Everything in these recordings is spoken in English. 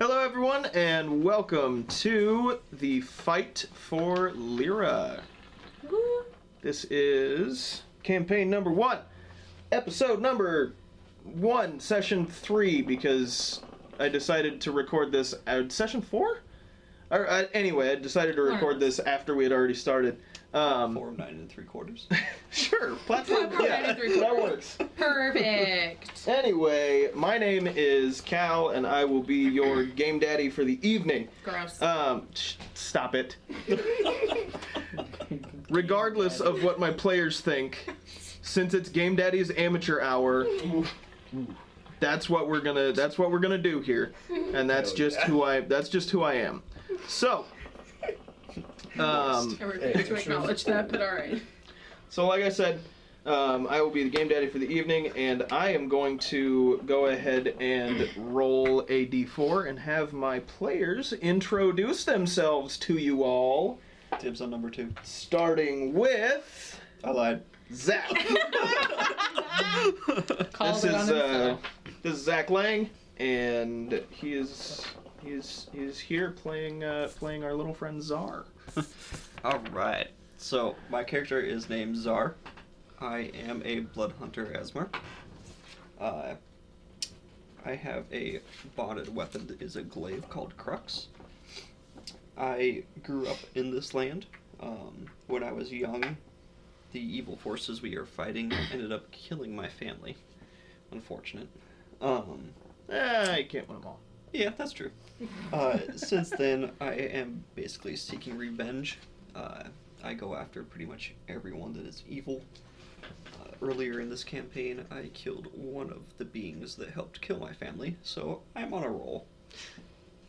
everyone, and welcome to the fight for Lyra. This is campaign number one, episode number one, session three, because I decided to record this at session four. Or uh, anyway, I decided to record this after we had already started. Um, Form nine and three quarters. sure, platform. Platform yeah, nine and three that quarters. works. Perfect. Anyway, my name is Cal, and I will be your game daddy for the evening. Gross. Um, sh- stop it. Regardless of what my players think, since it's Game Daddy's amateur hour, that's what we're gonna that's what we're gonna do here, and that's Hell just yeah. who I that's just who I am. So, um, I refuse to acknowledge that, but all right. so like I said, um, I will be the Game Daddy for the evening, and I am going to go ahead and roll a d4 and have my players introduce themselves to you all. Dibs on number two. starting with I lied. Zach. Called this it on is uh, himself. this is Zach Lang, and he is he is he is here playing uh, playing our little friend Czar. All right. So my character is named Czar. I am a blood hunter Asmer. Uh, I have a bonded weapon that is a glaive called Crux. I grew up in this land. Um, when I was young, the evil forces we are fighting ended up killing my family. Unfortunate. Um, Ah, you can't win them all. Yeah, that's true. Uh, since then, I am basically seeking revenge. Uh, I go after pretty much everyone that is evil. Uh, earlier in this campaign, I killed one of the beings that helped kill my family, so I'm on a roll.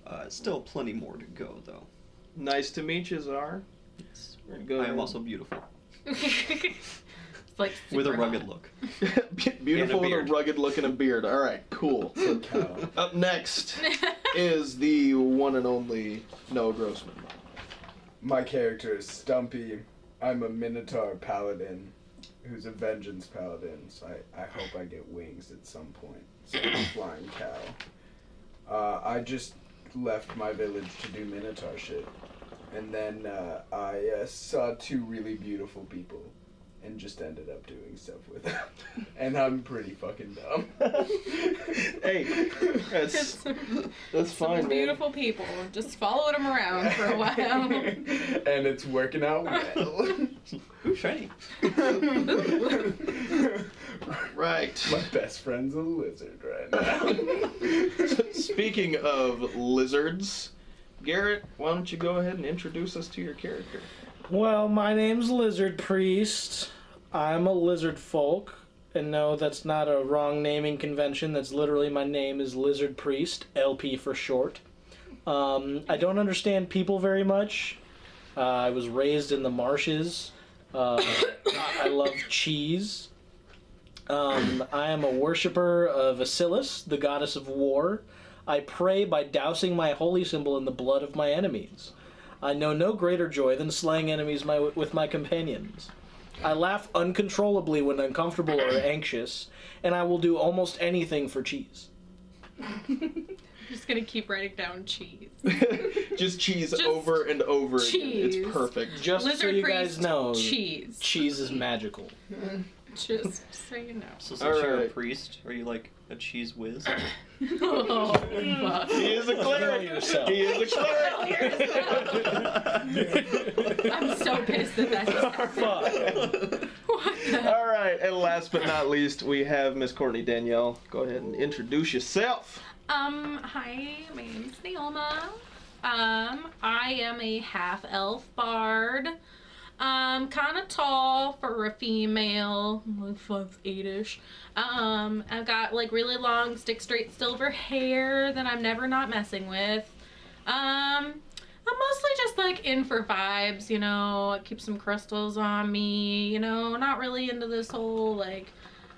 Uh, still plenty more to go, though. Nice to meet you, Czar. It's- We're I good. am also beautiful, it's like with a super rugged hot. look. Be- beautiful And a with beard. a rugged look and a beard. All right, cool. Up next is the one and only Noah Grossman. My character is Stumpy. I'm a Minotaur paladin who's a vengeance paladin, so I, I hope I get wings at some point. So I'm a flying cow. Uh, I just left my village to do Minotaur shit. And then uh, I uh, saw two really beautiful people and just ended up doing stuff with them. and I'm pretty fucking dumb. Hey, that's Just some, that's some fine, man. beautiful people. Just followed him around for a while. and it's working out well. Ooh, shiny. Right. My best friend's a lizard right now. Speaking of lizards, Garrett, why don't you go ahead and introduce us to your character? Well, my name's Lizard Priest. I'm a lizard folk. And no, that's not a wrong naming convention. That's literally my name is Lizard Priest, LP for short. Um, I don't understand people very much. Uh, I was raised in the marshes. Uh, I- I love cheese. Um, I am a worshiper of Asilis, the goddess of war. I pray by dousing my holy symbol in the blood of my enemies. I know no greater joy than slaying enemies my, with my companions. I laugh uncontrollably when uncomfortable or anxious, and I will do almost anything for cheese. Just gonna keep writing down cheese. Just cheese Just over and over again. cheese. It's perfect. Just so Lizard you priest guys know, cheese. cheese is magical. Just so you know. So since you're a Alright. priest, are you like a cheese whiz? Oh, fuck. He is a Know cleric. yourself. He is a cleric. I'm so pissed that that just happened. Fuck. What the All right, and last but not least, we have Miss Courtney Danielle. Go ahead and introduce yourself. Um, hi, my name's Naoma. Um, I am a half elf bard. Um, kind of tall for a female, like five eight ish. Um, I've got like really long, stick straight silver hair that I'm never not messing with. Um, I'm mostly just like in for vibes, you know. I keep some crystals on me, you know. Not really into this whole like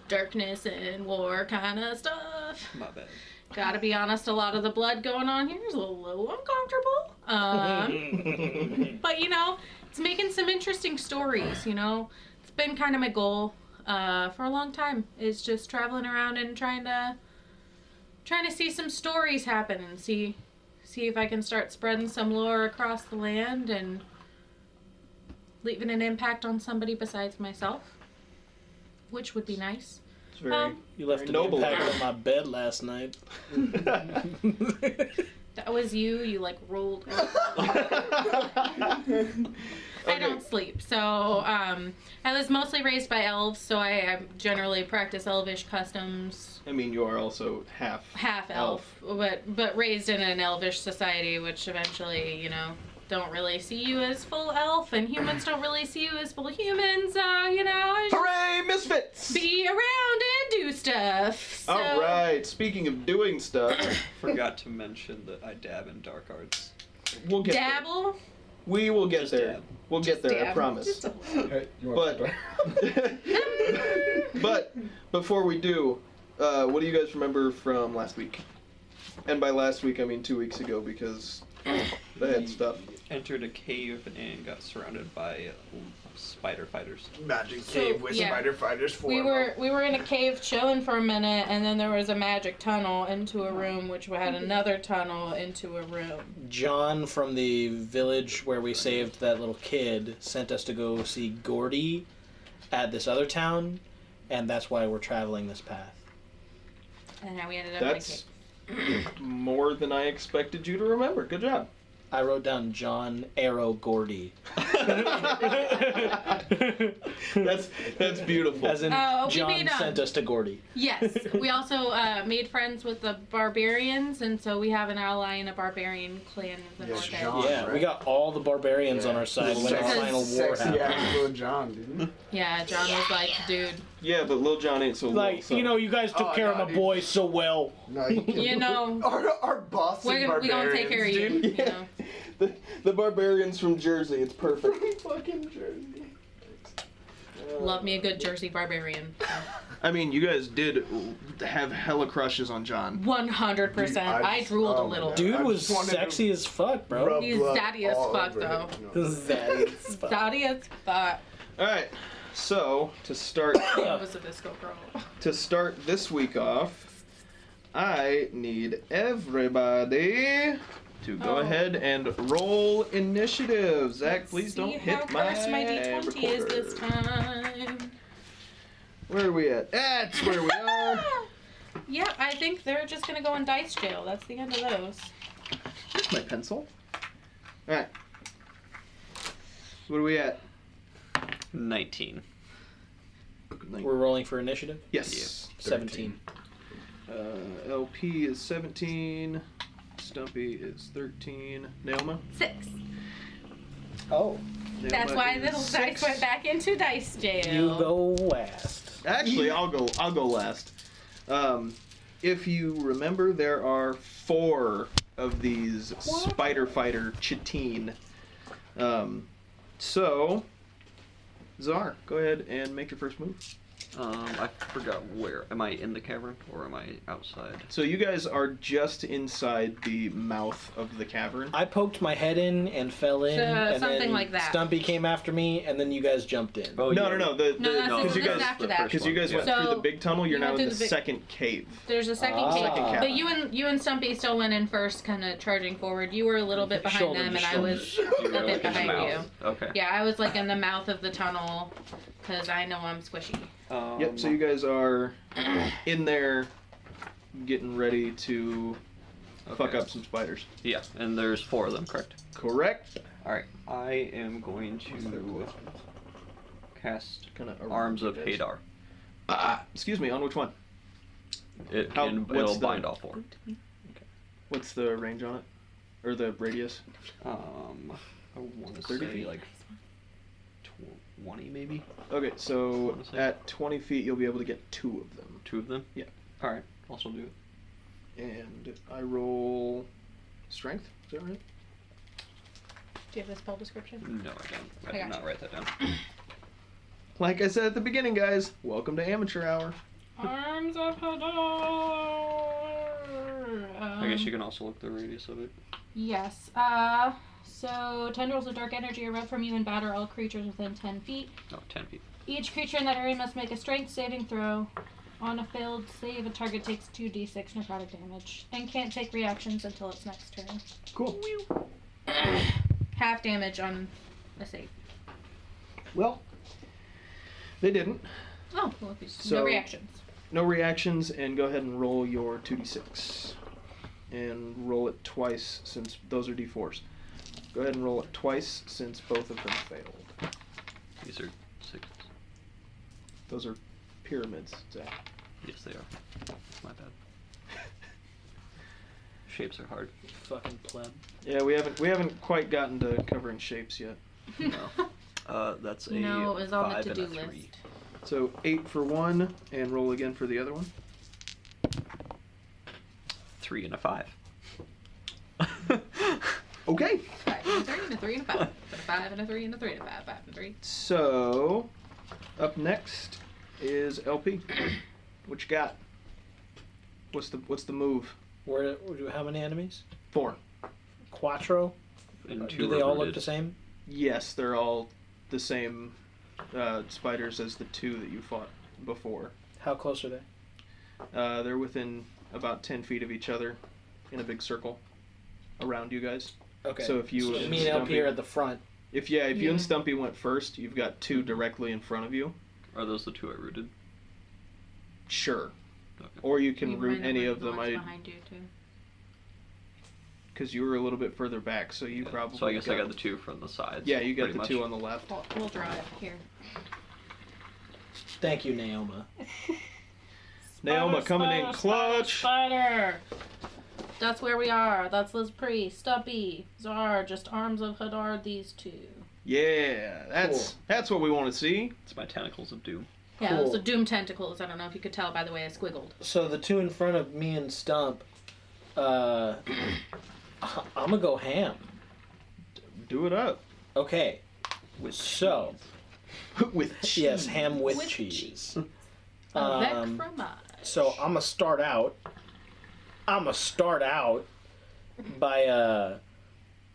darkness and war kind of stuff. My bad. Gotta be honest, a lot of the blood going on here is a little uncomfortable. Um, but you know, it's making some interesting stories. You know, it's been kind of my goal uh, for a long time. Is just traveling around and trying to trying to see some stories happen and see see if I can start spreading some lore across the land and leaving an impact on somebody besides myself, which would be nice. It's very. Um, You Very left an noble. impact on my bed last night. That was you. You like rolled. I Okay. don't sleep, so um, I was mostly raised by elves, so I, I generally practice elvish customs. I mean, you are also half. Half elf, but but raised in an elvish society, which eventually, you know, don't really see you as full elf, and humans don't really see you as full human. So you know, I just Hooray, misfits! be around and do stuff. So, All right. Speaking of doing stuff, Forgot to mention that I dab in dark arts. we'll get there. Dabble. We will get Just there. dab. We'll get there. I Dab. promise. Just a little. Hey, you want But- but before we do, uh, what do you guys remember from last week? And by last week, I mean two weeks ago because they had stuff. Entered a cave and got surrounded by uh, spider fighters. magic So, cave with yeah. spider fighters for We were we were in a cave chilling for a minute, and then there was a magic tunnel into a room, which had another tunnel into a room. John from the village where we saved that little kid sent us to go see Gordy at this other town, and that's why we're traveling this path. And now we ended up in a That's cave. more than I expected you to remember. Good job. I wrote down John Arrow Gordy. That's that's beautiful. As in, Oh, we John made, um, sent us to Gordy. Yes, we also uh, made friends with the barbarians, and so we have an ally in a barbarian clan in the Yes, north John. end. yeah, right. we got all the barbarians on our side when our Sexy- final war Sexy happened. ass little John, dude. Yeah, John was like, dude, Yeah, but Lil John ain't so little. Like, So. you know, you guys took Oh, care no, of my dude. boy so well. No, you you can't. know, Our, our boss we're gonna, we gonna take care of you. dude. you know. the, the barbarians from Jersey. It's perfect. Fucking Jersey. Love me a good Jersey barbarian. I mean, you guys did have hella crushes on John. 100%. Dude, I I just- drooled oh a um, my little. God. Dude I was just wanted to sexy as fuck, bro. Rub He's blood daddy as all fuck, over though. him. No. Zaddy as fuck. Daddy as fuck. All right. So to start I was a disco girl. to start this week off, I need everybody to go Oh. ahead and roll initiative. Zach, Let's please see don't how hit my, cursed my D20 is recorder. this time. Where are we at? That's where we are. yeah, I think they're just gonna go in dice jail. That's the end of those. Here's my pencil. All right. What are we at? 19. We're rolling for initiative. Yes. 17. Uh, LP is 17. Stumpy is 13. Naoma? Six. Oh. That's why the little dice went back into dice jail. You go last. Actually, I'll go. I'll go last. Um, if you remember, there are four of these spider fighter chitine. Um, so, Czar, go ahead and make your first move. Um, I forgot where. Am I in the cavern or am I outside? So you guys are just inside the mouth of the cavern. I poked my head in and fell in. So, and something then like that. Stumpy came after me, and then you guys jumped in. Oh, no, yeah. no, no. The, No, that's- because you that's guys after that. because you guys went Yeah. through the So, big tunnel. You're you now went in the, through the big- second cave. There's a second Ah. cave. Second cave. But you and you and Stumpy still went in first, kind of charging forward. You were a little bit behind Shoulder them, to and I was You a were, bit like, in the behind you. mouth. Okay. Yeah, I was like in the mouth of the tunnel, cause I know I'm squishy. Um, Yep. So you guys are in there, getting ready to fuck okay. up some spiders. Um, Yeah, and there's four of them, correct? Correct. Alright, I am going to cast Kind of Arms of Hadar. Ah, excuse me. On which one? It, How- and what's it'll the- bind all four. What's the range on it, or the radius? Um, I want to 30 say feet? like tw- 20 maybe? Okay, so Wanna see? at 20 feet, you'll be able to get two of them. Two of them? Yeah. Alright, also do it. And I roll strength. Is that right? Do you have the spell description? No, I don't. I, I did gotcha. not write that down. Like I said at the beginning, guys, welcome to amateur hour. Arms of Hadar. I guess you can also look the radius of it. Um, Yes. Uh, so tendrils of dark energy erupt from you and batter all creatures within ten feet. No, 10 Oh, feet. Each creature in that area must make a strength saving throw. On a failed save, a target takes 2d6 necrotic damage and can't take reactions until its next turn. Cool. Half damage on a save. Well, they didn't. Oh, well, if you- So- no reactions. No reactions, and go ahead and roll your 2d6. And roll it twice since those are d4s. Go ahead and roll it twice since both of them failed. These are six. Those are pyramids, Zach. Yes, they are. My bad. Shapes are hard. Fucking pleb. Yeah, we haven't we haven't quite gotten to covering shapes yet. No. Uh, that's a no, it was on the five to and do a list. three. So eight for one, and roll again for the other one. Three and a five. Okay. Five and a three and a three and a five. A five and a three and a three and a five. Five and three. So up next is LP. what you got? What's the what's the move? Where? where- How many enemies? Four. Quattro. and two Uh, Do they are all look rooted. the same? Yes, they're all the same uh, spiders as the two that you fought before. How close are they? Uh, they're within about ten feet of each other, in a big circle, around you guys. Okay. So if you and me and LP Stumpy- are at the front. If yeah, if you and Yeah. Mm-hmm. Stumpy went first, you've got two directly in front of you. Are those the two I rooted? Sure. Okay. Or you can You might root have any been of the them. ones I behind you too. because you were a little bit further back, so you Yeah, probably. So I guess I got the two from the sides. Yeah, you got pretty the much. two on the left. We'll, we'll draw it here. Thank you, Naoma. Naoma coming in clutch. Spider. That's where we are. That's Liz Priest, Stumpy, Czar, just arms of Hadar. These two. Yeah, that's that's what we want to see. It's my tentacles of doom. Yeah, those Cool. are doom tentacles. I don't know if you could tell by the way I squiggled. So the two in front of me and Stump. Uh, I'm gonna go ham. Do it up Okay. With So- with Yes, cheese. avec ham with, With cheese. cheese. Um, So I'm gonna start out. I'm gonna start out by uh,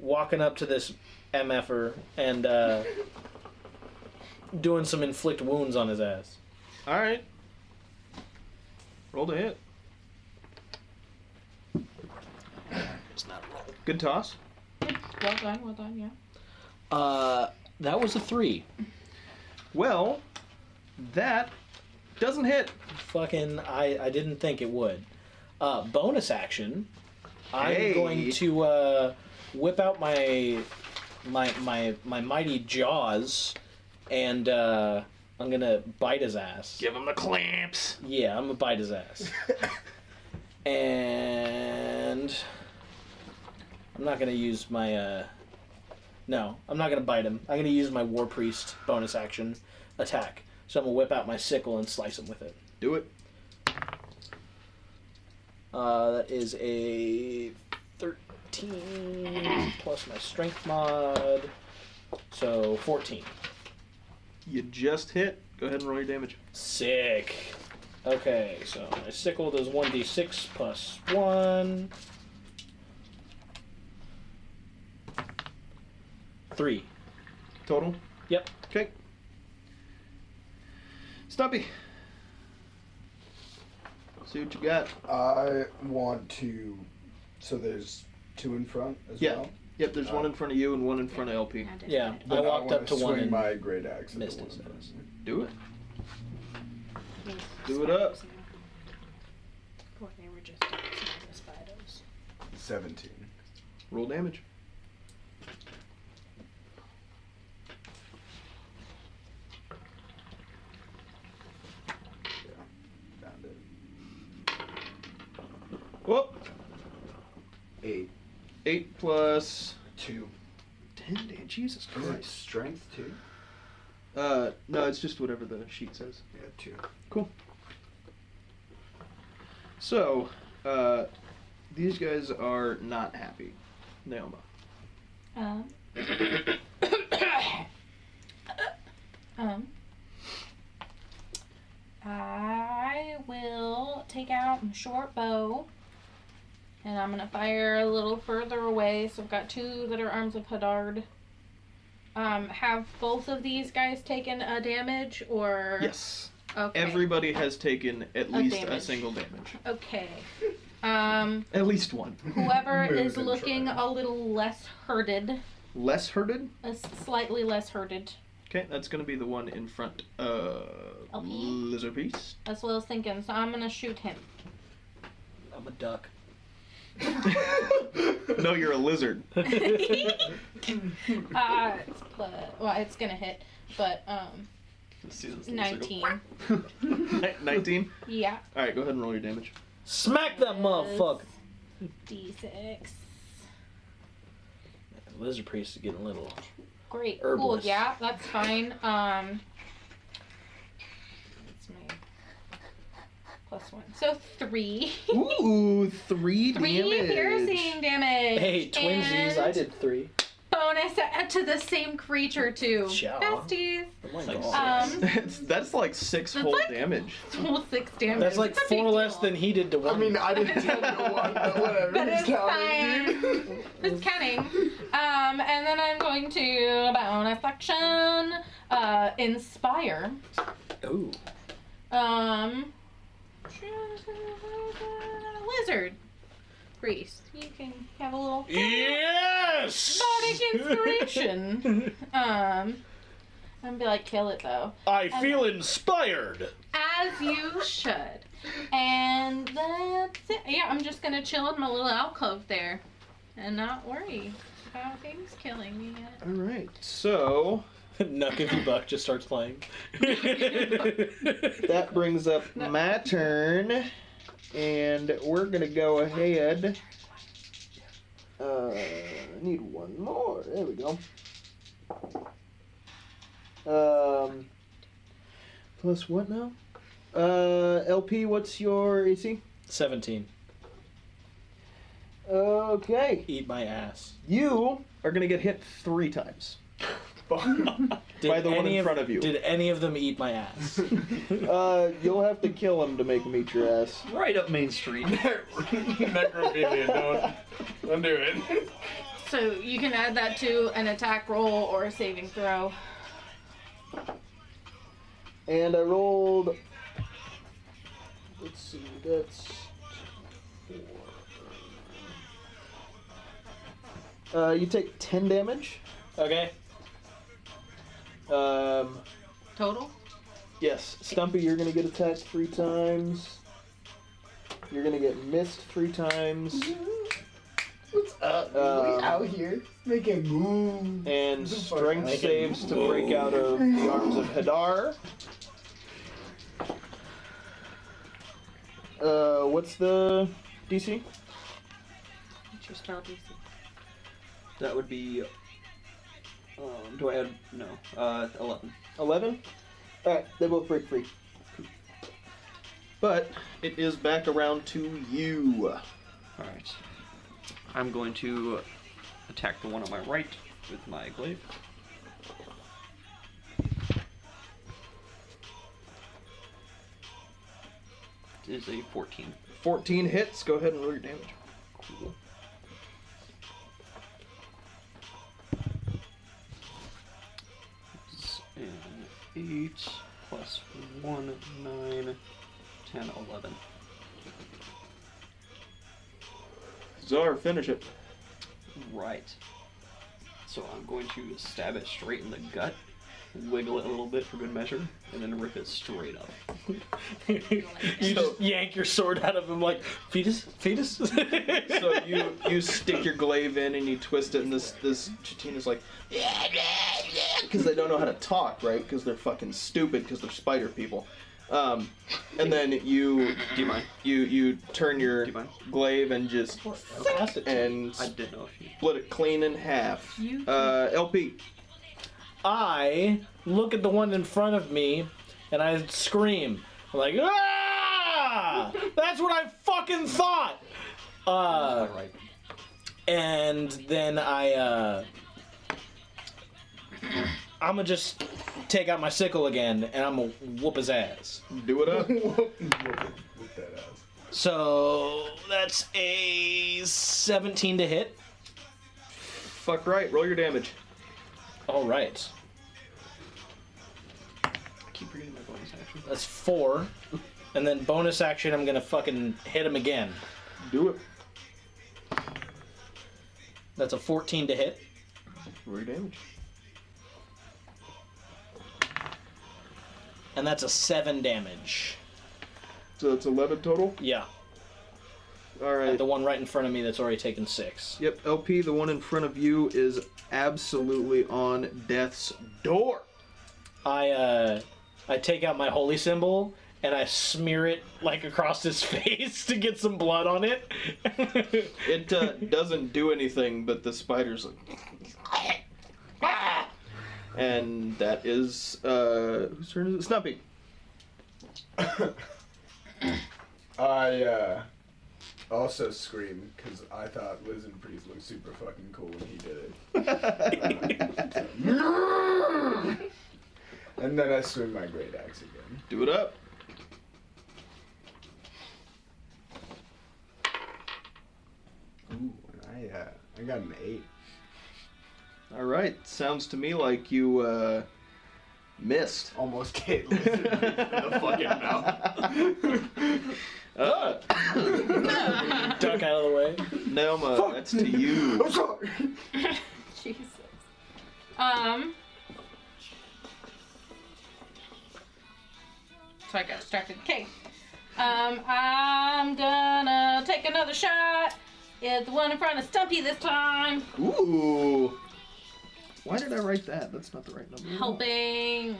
walking up to this mf'er and uh, doing some inflict wounds on his ass. All right. Roll to hit. It's not Good toss. Well done, well done, yeah. Uh, that was a three. Well, that doesn't hit. Fucking, I I didn't think it would. Uh, bonus action. I'm Hey. going to uh, whip out my my my my mighty jaws, and uh, I'm gonna bite his ass. Give him the clamps. Yeah, I'm gonna bite his ass. and I'm not gonna use my uh no, I'm not gonna bite him. I'm gonna use my war priest bonus action attack. So I'm gonna whip out my sickle and slice him with it. Do it. Uh, that is a 13 plus my strength mod, so 14. You just hit. Go ahead and roll your damage. Sick. Okay, so my sickle does 1d6 plus 1. 3. Total. Yep. Okay. Stumpy. See what you got. I want to. So there's two in front as Yeah. well. Yep, there's one in front of you and one in front of LP. I did Yeah, that. I Then walked up wanna to one swing and my great axe. at the missed one his in front. ass. Do it. Do it up. Boy, they were just dancing with spiders. Seventeen. Roll damage. Found it. Whoop. Eight. Eight plus Two. ten. Damn, Jesus Is it Christ. strength two? Uh, no, it's just whatever the sheet says. Yeah, two. So, uh, these guys are not happy. Naoma. Um. um. I will take out my short bow. And I'm gonna fire a little further away. So I've got two that are arms of Hadard. Um, have both of these guys taken a damage or Yes. Okay. Everybody has taken at A least a damage. single damage. Okay. Um, At least one. whoever Move is and looking try. a little less hurted, Less hurted. a s- slightly less hurted. Okay, that's going to be the one in front of Okay. Lizard Beast. That's what I was thinking. So I'm gonna shoot him. I'm a duck. No, you're a lizard. Uh, it's plus, well, it's gonna hit, but um, See this little circle? 19. 19. Yeah. All right, go ahead and roll your damage. Smack that motherfucker. D6. Lizard priest is getting a little. Great. Cool. Herbalist. Yeah, that's fine. Um, that's my plus one. So three. Ooh, three, three piercing damage. Hey, twinsies! and I did three. Bonus add to the same creature too. Sure. Besties. Oh my Like God. Um, That's, that's like six That's whole like- damage. full six damage. That's like It's a four big less deal. than he did to I one. mean, I didn't tell no one, but whatever. That he's is counting. fine. It's counting. Um, and then I'm going to bonus action, uh, inspire. Ooh. Um, lizard priest. You can have a little Yes. bardic inspiration. Um, and be like, kill it though, I feel inspired. as you should. And that's it. Yeah, I'm just gonna chill in my little alcove there, and not worry about things killing me yet. All right, so Nuck if you buck just starts playing. that brings up my turn, and we're gonna go ahead. Uh, I need one more. There we go. Um, plus what now? Uh, LP, what's your E AC? Seventeen. Okay, Eat my ass. you are gonna get hit three times. Did By the one any in front of you. Did any of them eat my ass? Uh, you'll have to kill him to make him eat your ass. Right up Main Street. Necrophilia, don't, don't do it. So you can add that to an attack roll or a saving throw. And I rolled. Let's see, that's. Four. Uh, you take 10 damage. okay. Um, Total? yes, Stumpy, you're gonna get attacked three times. You're gonna get missed three times. What's up? Uh, we out here making moves. And strength Make it- saves to break out of the arms of Hadar. Uh, what's the DC? What's your spell DC? That would be. Um, do I add? No. Uh, eleven. 11? Alright, they both break free. But it is back around to you. All right. I'm going to attack the one on my right with my glaive. It is a fourteen. 14 hits, go ahead and roll your damage. Cool. It's an eight plus one, nine, ten, eleven. Czar, finish it. Right. So I'm going to stab it straight in the gut, wiggle it a little bit for good measure, and then rip it straight up. you just yank your sword out of him like fetus, fetus. So you you stick your glaive in and you twist it, and this this Chitina's like, because they don't know how to talk, right? Because they're fucking stupid, because they're spider people. Um, and then you Do you mind? you you turn your Do you mind? glaive and just and I didn't know if you. split it clean in half. You- Uh, LP, I look at the one in front of me and I scream. I'm like, ah! That's what I fucking thought! Uh, All right. and then I, uh, I'm gonna just take out my sickle again and I'm gonna whoop his ass. do it up. With that ass. So that's a 17 to hit. Fuck right, roll your damage. All right. I keep forgetting my bonus action. That's four. And then bonus action, I'm gonna fucking hit him again. Do it. That's a 14 to hit. Roll your damage. And that's a seven damage. So it's 11 total? Yeah. All And right. the one right in front of me that's already taken six. Yep, LP, the one in front of you is absolutely on death's door. I uh, I take out my holy symbol and I smear it like across his face to get some blood on it. It uh, doesn't do anything, but the spider's like. And that is. Uh, whose turn is it? Snuppy. I uh, also scream because I thought Liz and Priest looked super fucking cool when he did it. And then I swing my great axe again. Do it up. Ooh, and I uh, I got an eight. All right. Sounds to me like you uh, missed. Almost hit Liz and Priest in the fucking mouth. Uh, Duck out of the way. Nelma, that's to you. I'm sorry. Jesus. Um. So I got distracted. Okay. Um, I'm gonna take another shot at the one in front of Stumpy this time. Ooh. Why did I write that? That's not the right number. at all. Helping.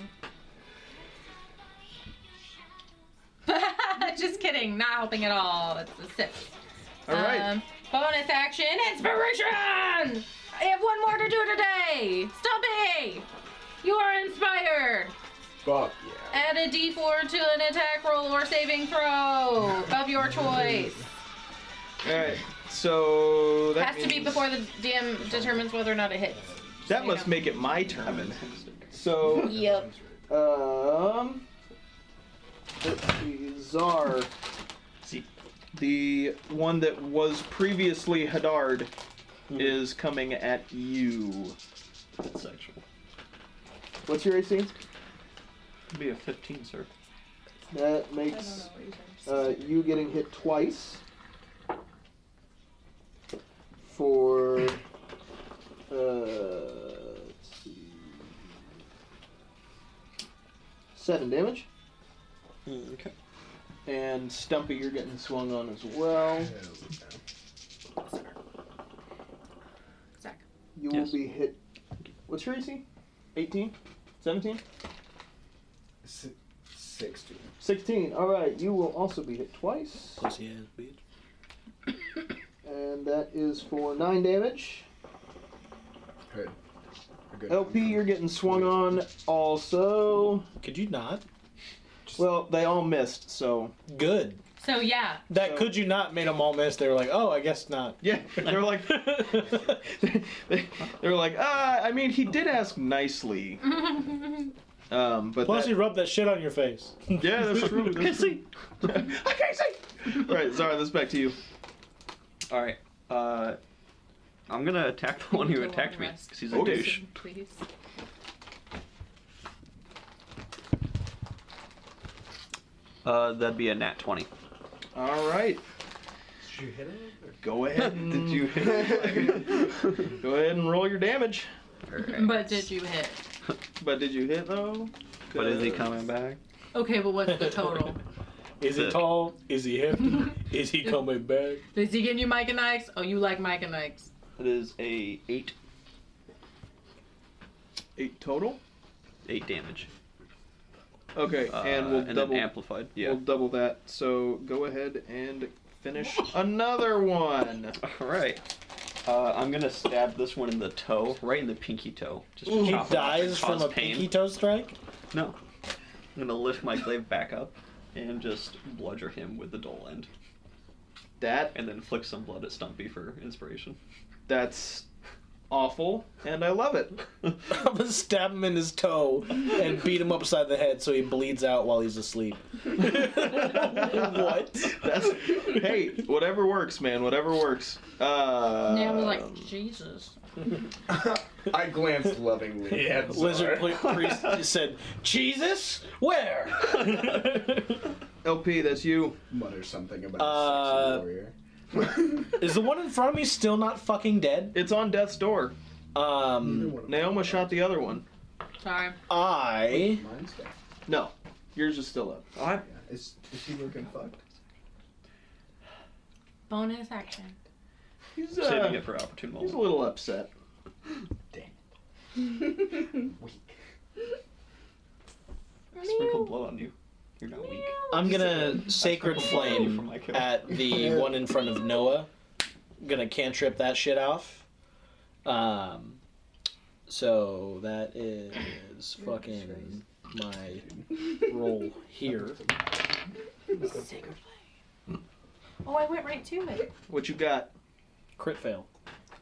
Just kidding. Not helping at all. It's a six. All right. Um, bonus action inspiration! I have one more to do today! Stumpy! You are inspired! Fuck yeah. Add a d4 to an attack roll or saving throw of your choice. All right. So that Has to be means- before the DM determines whether or not it hits. That must make it my turn. So, Yep. um, let's see, Czar, See, the one that was previously Hadard, is coming at you. that's sexual. What's your AC? Could be a 15, sir. That makes uh, you getting hit twice for uh, let's see, seven damage. Mm, okay. And Stumpy, you're getting swung on as well. There we go. Zach. You Yes. will be hit. What's your AC? 18? 17? Si- Sixteen. 16. Alright, you will also be hit twice. Pussy ass bitch. And that is for 9 damage. Good. A good LP, you're getting swung on also. Could you not? Well, they all missed, so. Good. So, yeah. That So- could you not made them all miss. They were like, oh, I guess not. Yeah, they're like, they, they're like, ah, I mean, he did ask nicely. Um, but Plus, that- you rubbed that shit on your face. yeah, that's true. That's true. I can't see. All right, Zara, this is back to you. Alright. Uh, I'm gonna attack the one who Go on, attacked me. rest. 'cause he's a Okay. douche. Please. Uh, that'd be a nat 20. All right, Did you hit him? go ahead. Did you Go ahead and roll your damage. Alright. But did you hit? But did you hit though? But is he 'Cause- coming back? Okay, but what's the total? Is he Sick. tall? Is he hefty? Is he coming back? Is he getting you Mike and Ike's? Oh, you like Mike and Ike's. It is a 8. Eight total. 8 damage. Okay, Uh, and we'll and double. then amplified. Yeah. We'll double that. So go ahead and finish another one. Alright. Uh, I'm gonna stab this one in the toe, right in the pinky toe. Just to chop He it off and dies from cause a pain. pinky toe strike? No. I'm gonna lift my glaive back up and just bludger him with the dull end. That And then flick some blood at Stumpy for inspiration. that's awful, and I love it. I'm gonna stab him in his toe and beat him upside the head so he bleeds out while he's asleep. what? That's, hey, whatever works, man. Whatever works. Uh, now we're like, Jesus. I glanced lovingly. at Czar. Lizard pl- priest said, "Jesus, where?" LP, that's you. Mutter something about Uh, a sexy warrior. Is the one in front of me still not fucking dead? It's on death's door. Um, Naoma shot the other one. Sorry. I Mine's dead. No, yours is still up. I Yeah. Is, is he looking fucked? Bonus action. He's, saving uh, it for opportune he's a moment. little upset. Weak. Sprinkle blood on you. You're not weak. I'm gonna sacred flame from my character. at the one in front of Noah. Gonna cantrip that shit off. Um, so that is fucking my roll here. Sacred flame. Oh, I went right to it. What you got? Crit fail.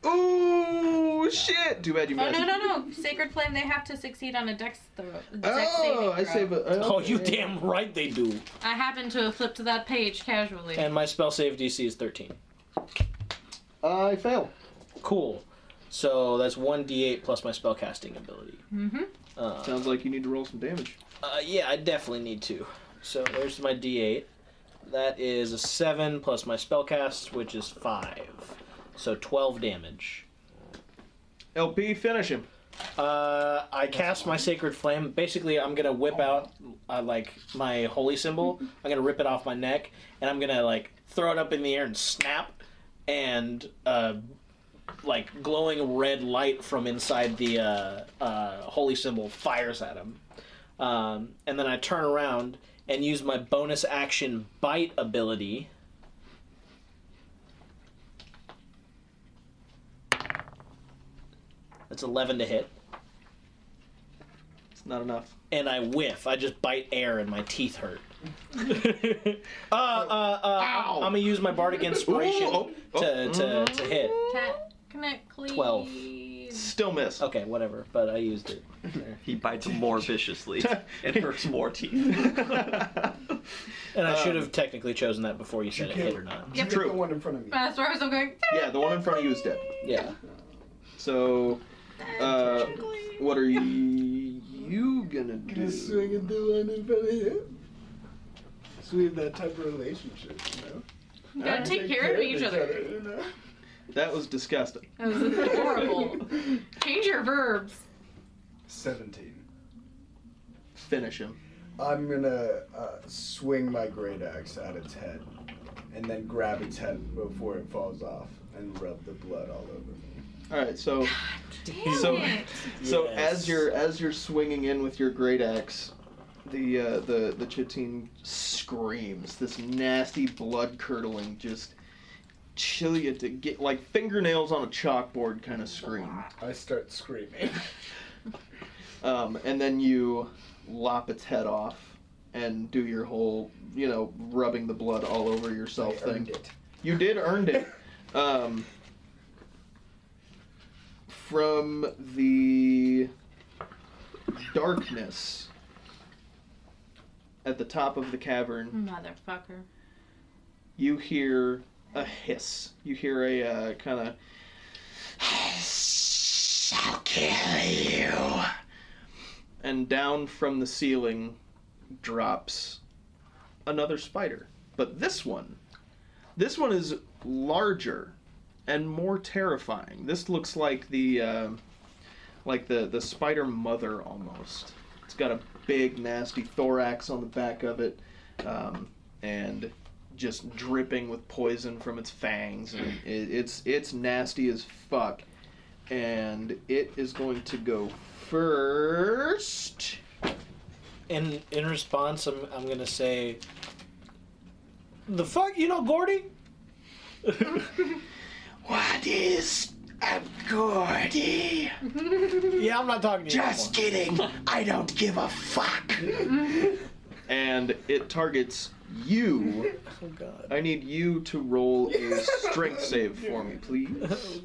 Ooh, shit! Too bad you Oh missed. no no no! Sacred flame. They have to succeed on a dex throw. Dex Oh, saving I throw. save it. Oh, you damn right they do. I happened to have flipped to that page casually. And my spell save DC is 13. I fail. Cool. So that's 1d8 plus my spellcasting ability. Mm-hmm. Uh, Sounds like you need to roll some damage. Uh, yeah, I definitely need to. So there's my D8. That is a seven plus my spellcast, which is five. So twelve damage. LP, finish him. Uh, I cast my sacred flame. Basically, I'm gonna whip out uh, like my holy symbol. I'm gonna rip it off my neck, and I'm gonna like throw it up in the air and snap, and uh, like glowing red light from inside the uh, uh, holy symbol fires at him. Um, and then I turn around and use my bonus action bite ability. That's 11 to hit. It's not enough. and I whiff. I just bite air and my teeth hurt. uh, uh, uh, Ow. I'm gonna use my bardic inspiration Ooh, oh, oh. to, to, to hit. Cat, connect, please. 12. Still miss. Okay, whatever, but I used it. He bites more viciously. it hurts more teeth. And I Um, should have technically chosen that before you said it hit or not. Did you get True. The one in front of me. That's where I was going. yeah, the one in front of you is dead. Yeah. So, uh, what are you, you gonna Can I do? swing at the one in front of you? So we have that type of relationship, you know? You gotta take care of each other. you know? That was disgusting. That was horrible. Change your verbs. 17. Finish him. I'm gonna uh, swing my great axe at its head and then grab its head before it falls off and rub the blood all over me. All right, so Damn So- it. so Yes. as you're as you're swinging in with your great axe, the uh, the the chitine screams this nasty blood curdling just chill you to get like fingernails on a chalkboard kind of scream. I start screaming. Um, and then you lop its head off and do your whole, you know, rubbing the blood all over yourself I earned thing. it. You did earned it. Um, from the darkness at the top of the cavern, Motherfucker. you hear a hiss. You hear a uh, kind of. I'll kill you. And down from the ceiling drops another spider. But this one, this one is larger and more terrifying. This looks like the, uh, like the the spider mother almost. It's got a big nasty thorax on the back of it, um, and just dripping with poison from its fangs. And it, it's it's nasty as fuck, and it is going to go first. In in response, I'm I'm gonna say, the fuck, you know, Gordy. What is a Gordy? Yeah, I'm not talking to you. anymore. kidding. I don't give a fuck. and it targets you. Oh god. I need you to roll a strength save for me, please. Oh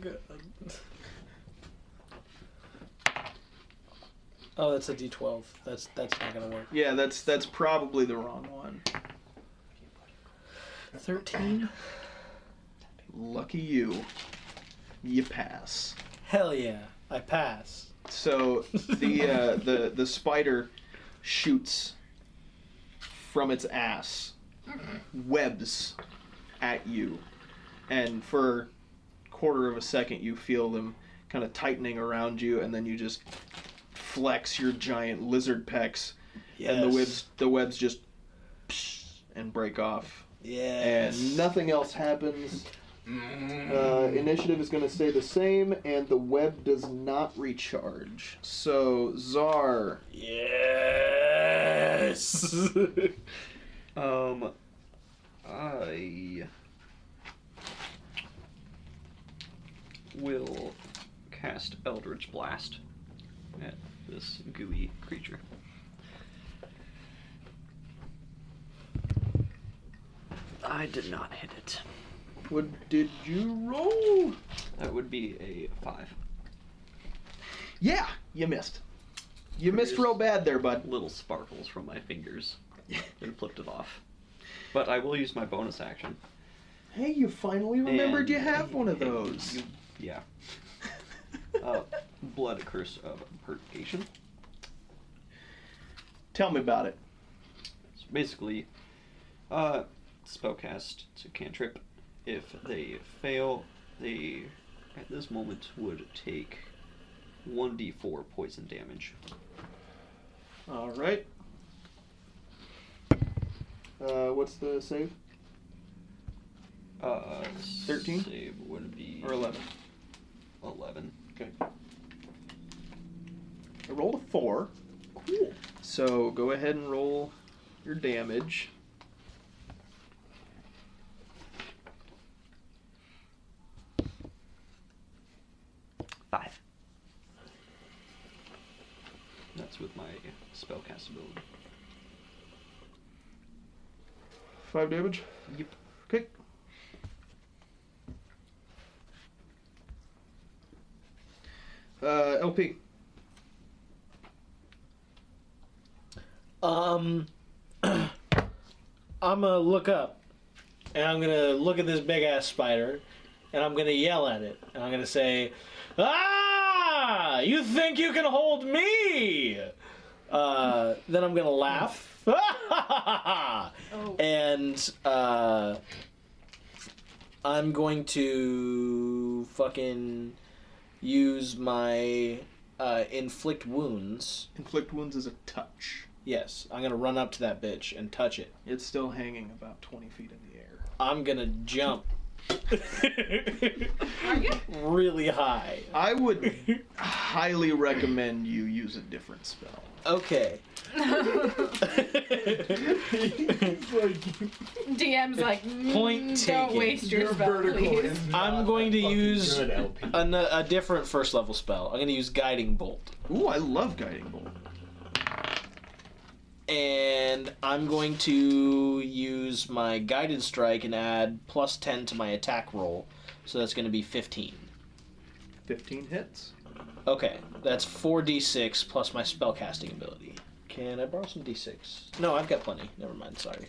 god. Oh, that's a D12. That's that's not gonna work. Yeah, that's that's probably the wrong one. Thirteen. Lucky you. You pass. Hell yeah, I pass. So the uh, the the spider shoots from its ass webs at you, and for quarter of a second you feel them kind of tightening around you, and then you just flex your giant lizard pecs, Yes. and the webs the webs just and break off, Yes. and nothing else happens. Uh, initiative is going to stay the same, and the web does not recharge. So, Czar, Yes. Um, I will cast Eldritch Blast at this gooey creature. I did not hit it. what did you roll? That would be a five. Yeah, you missed. You missed real bad there, bud. Little sparkles from my fingers and flipped it off. But I will use my bonus action. Hey, you finally remembered And- you have one of those. You- yeah. Uh, blood curse of purgation. Tell me about it. So basically, uh, spellcast to cantrip. If they fail, they at this moment would take 1d4 poison damage. All right. Uh, what's the save? Uh, 13? Save would be Or 11. 11. Okay. I rolled a four. Cool. So go ahead and roll your damage. Five. That's with my spellcast ability. Five damage. Yep. Okay. Uh, LP. um, I'm gonna look up, and I'm gonna look at this big ass spider, and I'm gonna yell at it, and I'm gonna say, "Ah! You think you can hold me?" Uh, then I'm gonna laugh, Oh. and uh, I'm going to fucking use my uh, inflict wounds. Inflict wounds is a touch. Yes, I'm gonna run up to that bitch and touch it. It's still hanging about 20 feet in the air. I'm gonna jump Are you? really high. I would highly recommend you use a different spell. Okay. It's like DM's like, mm, Point don't taken. waste your your spell, vertical please. is I'm not going to fucking use good, LP. an, a different first level spell. I'm gonna use guiding bolt, Ooh, I love guiding bolt. and I'm going to use my guided strike and add plus ten to my attack roll, so that's gonna be fifteen. 15 hits. Okay, that's 4d6 plus my spellcasting ability. Can I borrow some d6? No, I've got plenty. Never mind, sorry.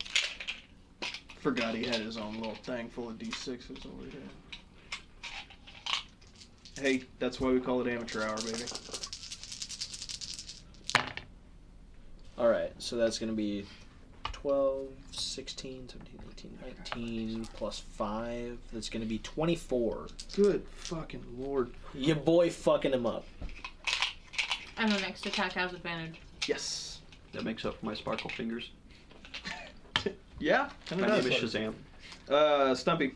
Forgot he had his own little thing full of d6s over here. Hey, that's why we call it amateur hour, baby. Alright, so that's going to be 12, 16, 17, 18, 19, plus 5. That's going to be 24. Good fucking lord. Your boy fucking him up. I have an extra attack. I have advantage. Yes. That makes up for my sparkle fingers. Yeah, kind My of name does. is Shazam. Uh, Stumpy.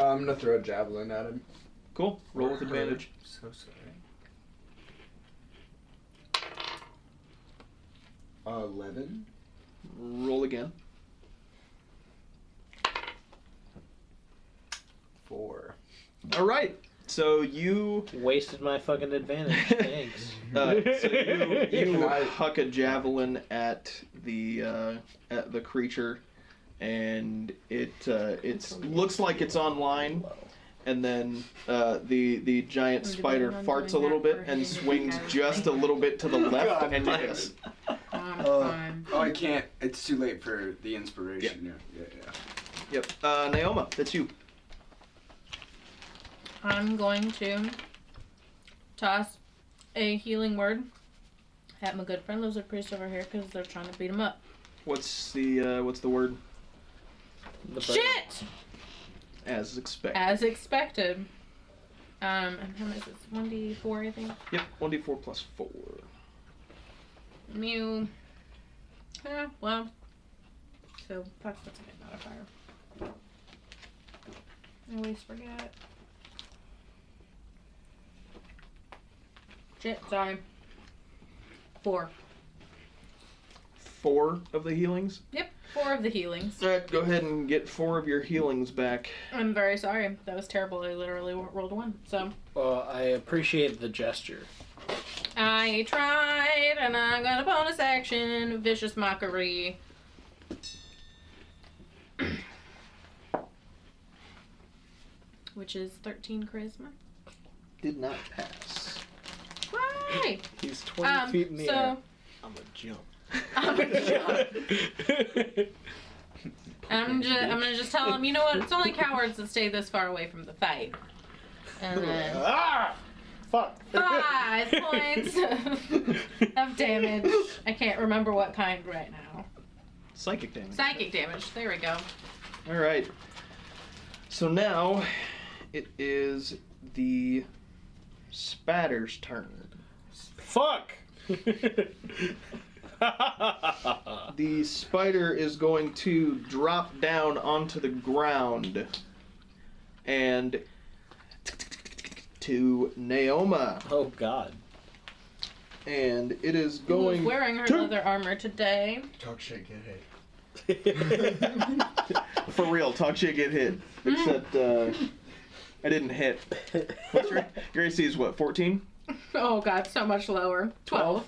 I'm gonna throw a javelin at him. Cool. Roll with Or her. advantage. So sorry. Eleven. Roll again. Four. All right. So you Wasted my fucking advantage. Thanks. Uh, so you, you Can I- huck a javelin at the uh, at the creature, and it uh, it looks like it's online, and then uh, the the giant Would it be spider one farts a going little back bit or and is it swings going just a right? little bit to the left, God and you damn it. miss. Um, I'm Uh, fine. Oh, I can't. It's too late for the inspiration. Yeah, yeah, yeah. Yep. Uh, Naoma, that's you. I'm going to toss a healing word at my good friend Lizard Priest over here because they're trying to beat him up. What's the uh, what's the word? The bird. Shit! As expected. As expected. Um, and how much is this? 1d4, I think. Yep. One d four plus four. Mew. Yeah, well. So, fuck, that's a good modifier. I always forget. Shit, sorry. Four. Four of the healings. Yep, four of the healings. All right. Go ahead and get four of your healings back. I'm very sorry. That was terrible. I literally w- rolled one. So, Uh, I appreciate the gesture. I tried, and I got a bonus action. Vicious mockery. Which is 13 charisma. Did not pass. Why? He's 20 Um, feet in the so, I'm a jump. I'm just, I'm gonna just tell him, you know what? It's only cowards that stay this far away from the fight. And then ah! Fuck. five points of damage. I can't remember what kind right now. Psychic damage. Psychic damage. There we go. All right. So now it is the spatter's turn. Fuck. The spider is going to drop down onto the ground and to Naoma. oh god. And it is Who's going wearing her to- leather armor today. Talk shit, get hit. for real, talk shit get hit. Except uh, I didn't hit. What's your, your AC is what, 14? Oh god, so much lower. Twelve.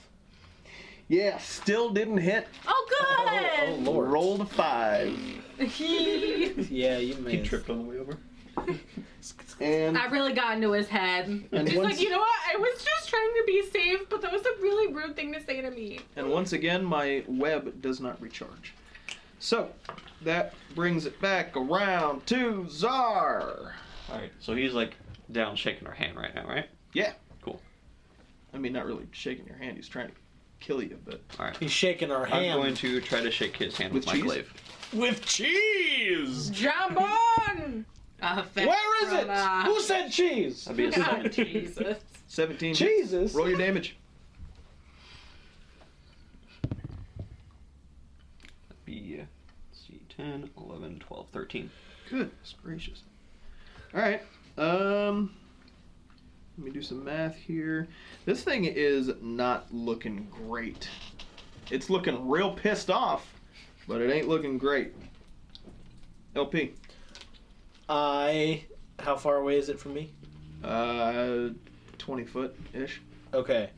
Yeah, still didn't hit. oh, Oh, lord. Rolled a five. good. Yeah, you missed. on the way over. And I really got into his head. And He's once- like, you know what? I was just trying to be safe, but that was a really rude thing to say to me. And once again, my web does not recharge. So, that brings it back around to Czar. Alright, so he's like down shaking her hand right now, right? Yeah. Cool. I mean, not really shaking your hand. He's trying to kill you, but Alright. He's shaking our hand I'm going to try to shake his hand with, With my cheese? glaive. with cheese. Jump on! Uh, Where is it? Who said cheese? That'd be a God, 17. Jesus. 17. Jesus. Roll your damage. That'd be, uh, let's see, 10, 11, 12, 13. Goodness gracious. All right. Um, let me do some math here. This thing is not looking great. It's looking real pissed off, but it ain't looking great. LP. I. How far away is it from me? Uh, 20 foot ish. Okay.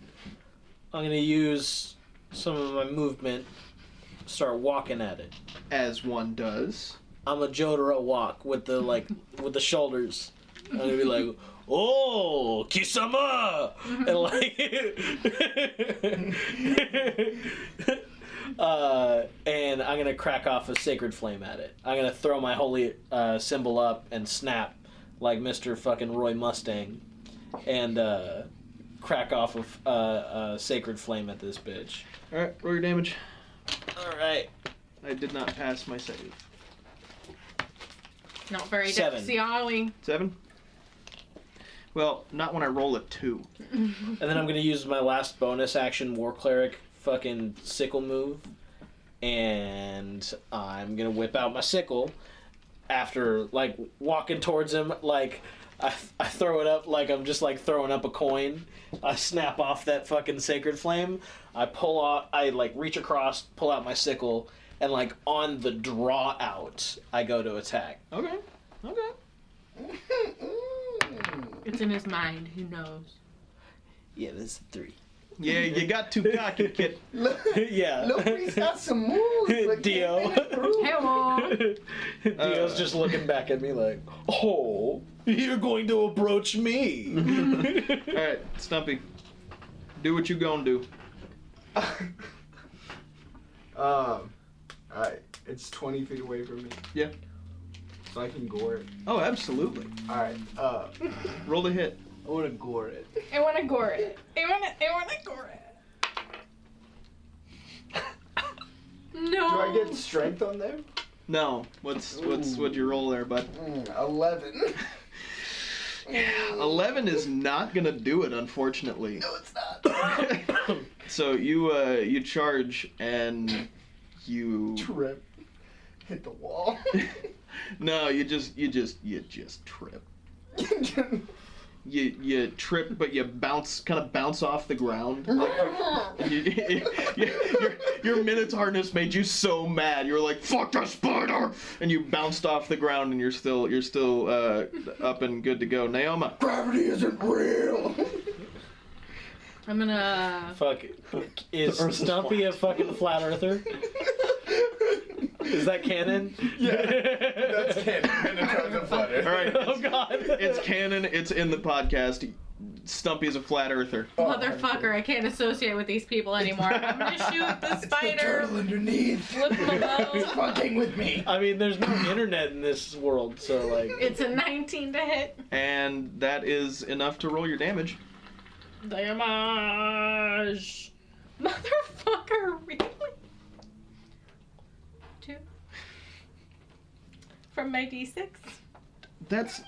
I'm gonna use some of my movement. Start walking at it. As one does. I'm a Jotaro walk with the like with the shoulders. I'm gonna be like, oh, Kisama, and like, uh, and I'm gonna crack off a sacred flame at it. I'm gonna throw my holy uh, symbol up and snap like Mr. Fucking Roy Mustang, and uh, crack off of uh, a sacred flame at this bitch. All right, roll your damage. All right, I did not pass my save. Not very Seven. See, are we? Seven? Well, not when I roll a two. And then I'm gonna use my last bonus action, War Cleric, fucking sickle move, and I'm gonna whip out my sickle after like walking towards him. Like I, I throw it up like I'm just like throwing up a coin. I snap off that fucking sacred flame. I pull out. I like reach across, pull out my sickle, and like on the draw out, I go to attack. Okay. Okay. It's in his mind. Who knows? Yeah, that's three. Yeah, you got too cocky, kid. Look, yeah. look, he's got some moves. Like, Dio. can't think it through. Hey, Dio's just looking back at me like, oh, You're going to approach me. All right, Stumpy, do what you gonna do. um, all right. It's 20 feet away from me. Yeah. So I can gore it. Oh, absolutely. All right. Uh, Roll a hit. I want to gore it. I want to gore it. I want to. I want to gore it. No. Do I get strength on there? No, what's what's what'd you roll there, bud? Mm, 11. no, Eleven is not gonna do it, unfortunately. it's not. so you uh, you charge and you Trip. Hit the wall. no you just you just you just trip. You you trip, but you bounce, kind of bounce off the ground. You, you, your, your minotaurness made you so mad. You were like, "Fuck the spider!" and you bounced off the ground, and you're still you're still uh, up and good to go. Naoma, Gravity isn't real. I'm gonna. Fuck. Is The Earth is Stumpy a fucking flat earther? Is that canon? Yeah. That's canon. Minotaur's a flutter. all right, oh god. it's canon. It's in the podcast. Stumpy is a flat earther. Oh, Motherfucker, I can't associate with these people anymore. I'm gonna shoot the spider. underneath. Flip him below. fucking with me. I mean, there's no internet in this world, so like. It's a 19 to hit. and that is enough to roll your damage. Damage. Motherfucker, really? Two. From my d6. That's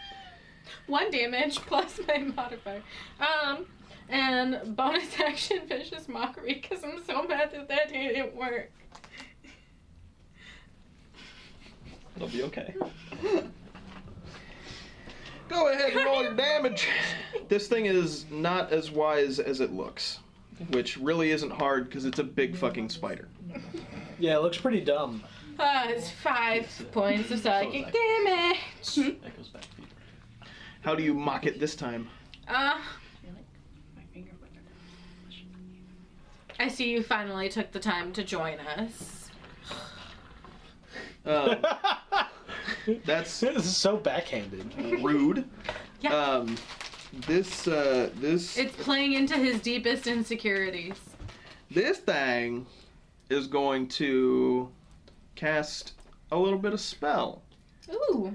One damage plus my modifier. Um, and bonus action vicious mockery because I'm so mad that that didn't work. It'll be okay. go ahead and roll your damage. This thing is not as wise as it looks, which really isn't hard because it's a big fucking spider. Yeah, it looks pretty dumb. Uh, it's five points of psychic damage. That goes back to you. How do you mock it this time? Uh, I see you finally took the time to join us. Um, that's This is so backhanded. rude. Yeah. Um, this uh, this It's playing into his deepest insecurities. this thing is going to cast a little bit of spell. Ooh.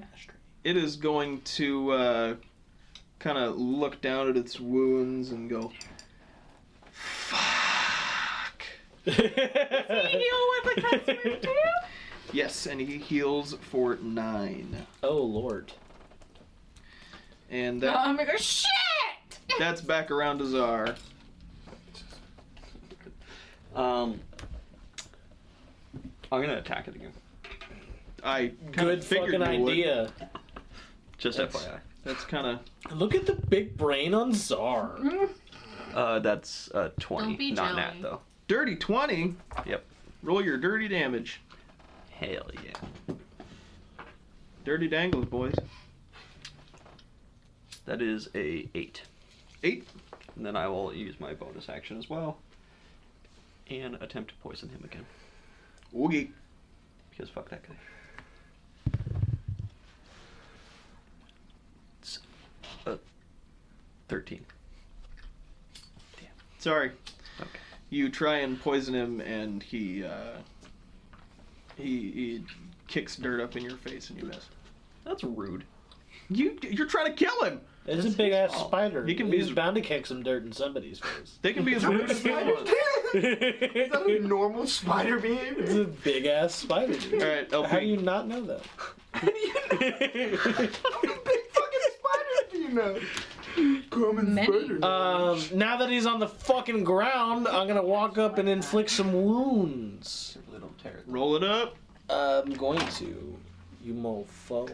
it is going to uh, kind of look down at its wounds and go, "Fuck." with a customer too? Yes, and he heals for nine, oh lord. and No, that, I'm gonna go, Um, shit! that's back around to Czar. Um, I'm gonna attack it again. I kind Good of figured fucking you would. idea. Just That's- FYI. That's kind of Look at the big brain on Czar. Uh, that's uh, 20, Don't be not jelly. nat though. dirty twenty. Yep. Roll your dirty damage. Hell yeah. Dirty dangles, boys. That is a eight. Eight. And then I will use my bonus action as well, and attempt to poison him again Oogie. because fuck that guy. It's a thirteen. Sorry. Okay. You try and poison him, and he uh, he he kicks dirt up in your face, and you miss. That's rude. You you're trying to kill him. It's a big ass Oh, spider. he can be He's as- bound to kick some dirt in somebody's face. They can be as rude as they want. Is that a normal spider It's behavior? a big ass spider. Dude. All right, How do LP. you not know that? big fucking spider do you know? Common Many. spider. Um, now that he's on the fucking ground, I'm gonna walk up and inflict some wounds. Little terror. Roll it up. I'm going to, you mofo.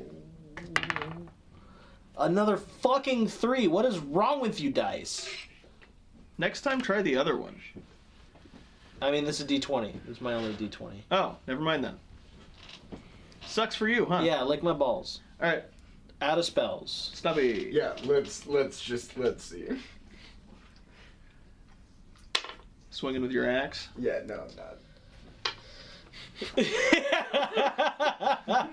Another fucking three. What is wrong with you, dice? Next time, try the other one. I mean, this is D20. It's my only D20. Oh, never mind then. Sucks for you, huh? Yeah, like my balls. All right, Out of spells. Stubby. yeah, let's let's just let's see. Swinging with your axe. Yeah, no, I'm not. Not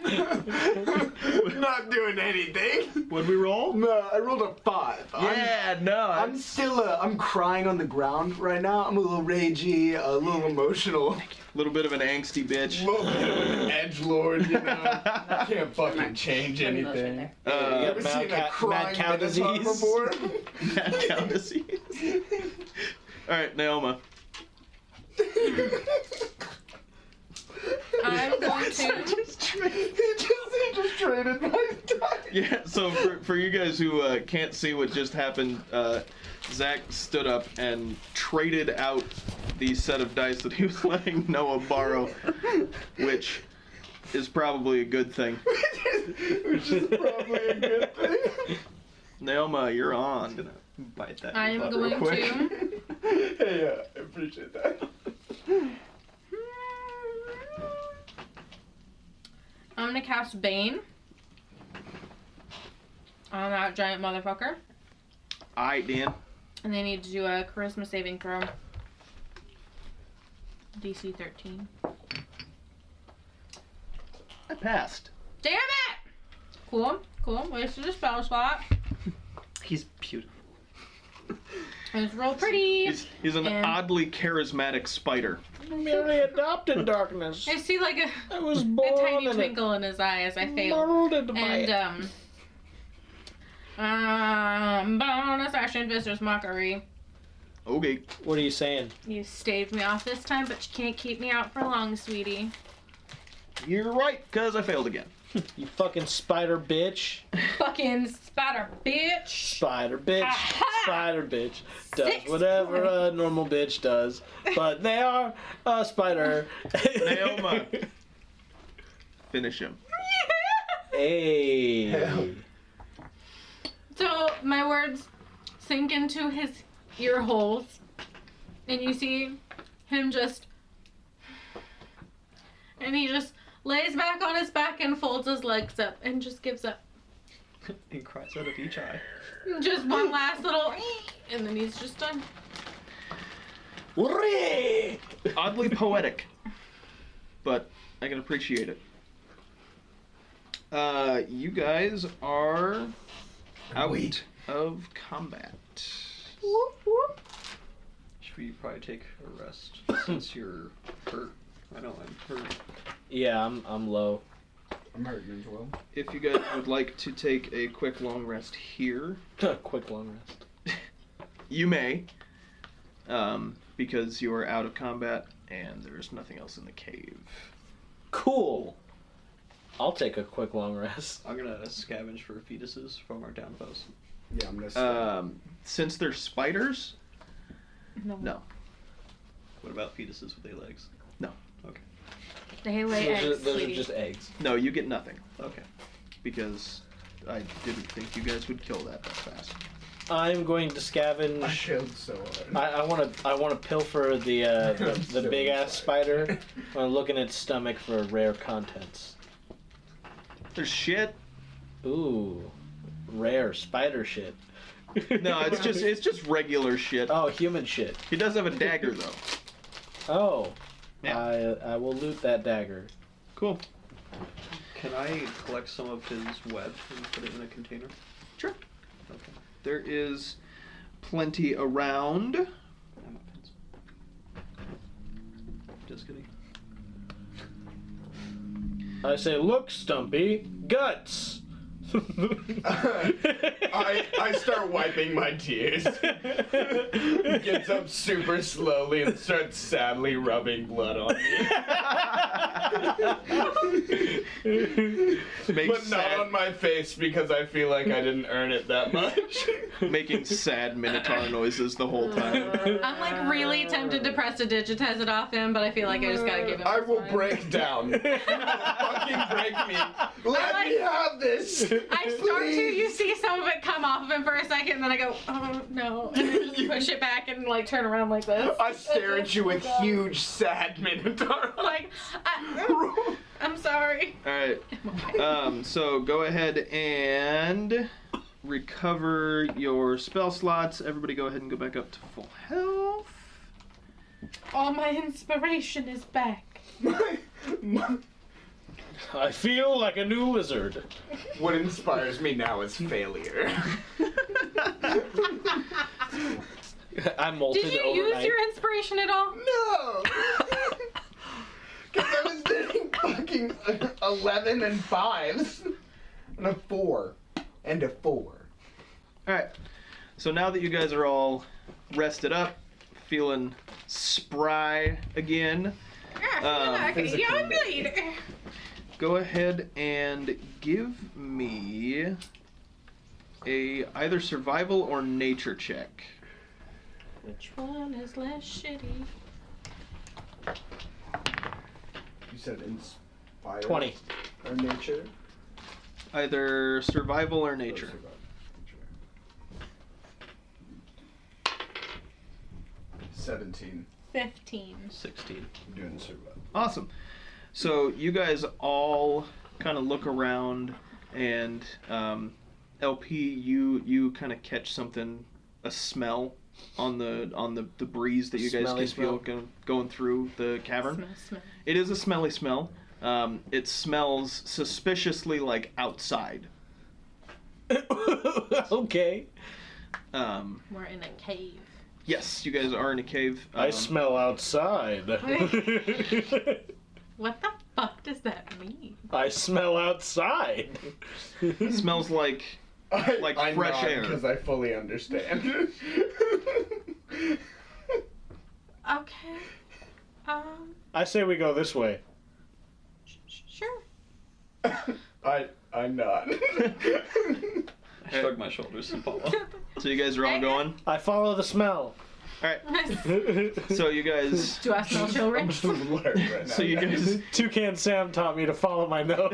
doing anything. Would we roll? No, I rolled a five. Yeah, no. I'm, I'm still. Uh, I'm crying on the ground right now. I'm a little ragey, a little emotional, a little bit of an angsty bitch. a little bit of an edge lord. You know, I can't fucking change anything. Yeah, Uh, Ever mad seen a cat- crying mad cow minotaur disease. before? mad cow disease. All right, Naoma. I'm going to. just tra- he just he just traded my die. Yeah, so for, for you guys who uh, can't see what just happened, uh, Zach stood up and traded out the set of dice that he was letting Noah borrow, which is probably a good thing. Which is probably a good thing. Naoma, you're I'm on. gonna bite that. I am butt going real quick. to. hey, uh, I appreciate that. I'm gonna cast Bane on that giant motherfucker, All right, Dan. and they need to do a charisma saving throw. DC 13. I passed. Damn it! Cool, cool. Wasted a spell slot. He's beautiful. It was real pretty. He's, he's an And- oddly charismatic spider. merely adopted darkness. I see like a, I was a born tiny in it. twinkle in his eye as I failed. Molded by And it. um, um, bonus action, Visitor's Mockery. Okay. What are you saying? You staved me off this time, but you can't keep me out for long, sweetie. You're right, because I failed again. You fucking spider bitch. Fucking spider, bitch. Spider bitch. Aha! Spider bitch does Six whatever a normal bitch does, but they are a spider. Naoma. Finish him. Hey. so my words sink into his ear holes, and you see him just, and he just lays back on his back and folds his legs up and just gives up. And cries out of each eye. Just one last little, and then he's just done. Hooray! Oddly poetic, but I can appreciate it. Uh, you guys are out of combat. Should we probably take a rest since you're hurt? I know I'm hurt. Yeah, I'm I'm low. I'm hurting as well. If you guys would like to take a quick long rest here, Quick long rest. you may, um, because you are out of combat and there is nothing else in the cave. Cool. I'll take a quick long rest. I'm gonna scavenge for fetuses from our downpost. Yeah, I'm gonna. Um, since they're spiders, no. What about fetuses with their legs? They lay Those, are, eggs, those are sweetie. just eggs. No, you get nothing Okay. because I didn't think you guys would kill that that fast. I'm going to I scavenge. failed so hard. I, I want to I want to pilfer the uh, the, the big ass spider. I'm looking at its stomach for rare contents. There's shit. Ooh, rare spider shit. No, it's just it's just regular shit. Uh, oh human shit. He does have a dagger though. Oh, Yeah. I I will loot that dagger. Cool. Can I collect some of his web and put it in a container? Sure. Okay. There is plenty around. I'm a pencil. Just kidding. I say, look, Stumpy, guts. I, I start wiping my tears. Gets up super slowly and starts sadly rubbing blood on me. Makes But not sad- on my face because I feel like I didn't earn it that much. making sad minotaur noises the whole time. I'm like really tempted to press to digitize it off him, but I feel like I just gotta give it. I this will one. break down. You will fucking break me. Let I me like- have this. I start to, you see some of it come off of him for a second, and then I go, oh no, and then just push it back and like turn around like this. I stare at you with huge, sad minotaur Like, I, eyes. I'm sorry. All right. Um, so go ahead and recover your spell slots. Everybody, go ahead and go back up to full health. All my inspiration is back. My, I feel like a new lizard. What inspires me now is failure. I molted Did you use overnight. your inspiration at all? no! Because I was doing fucking 11 and 5s. And a 4. And a 4. All right. So now that you guys are all rested up, feeling spry again, Um, okay. Yeah, I'm late. go ahead and give me a either survival or nature check. Which one is less shitty? You said inspired? 20. Or nature? Either survival or nature. Or survival. Seventeen. 15. 16. I'm doing survival. Awesome. So you guys all kind of look around, and um, LP, you you kind of catch something, a smell on the on the, the breeze that you guys Smelly can feel smell. go, going through the cavern. Smell, smell. It is a smelly smell. Um, it smells suspiciously like outside. okay. Um, We're in a cave. yes, you guys are in a cave. Um, I smell outside. What the fuck does that mean? I smell outside. Smells like I, Like I fresh air. because I fully understand. Okay. Um, I say we go this way. sh- sh- sure. I I'm not. Shrug my shoulders and follow. so. You guys are all going. I follow the smell. So you guys. Do I smell I'm children? just blurred right now. So you guys. Toucan Sam taught me to follow my nose.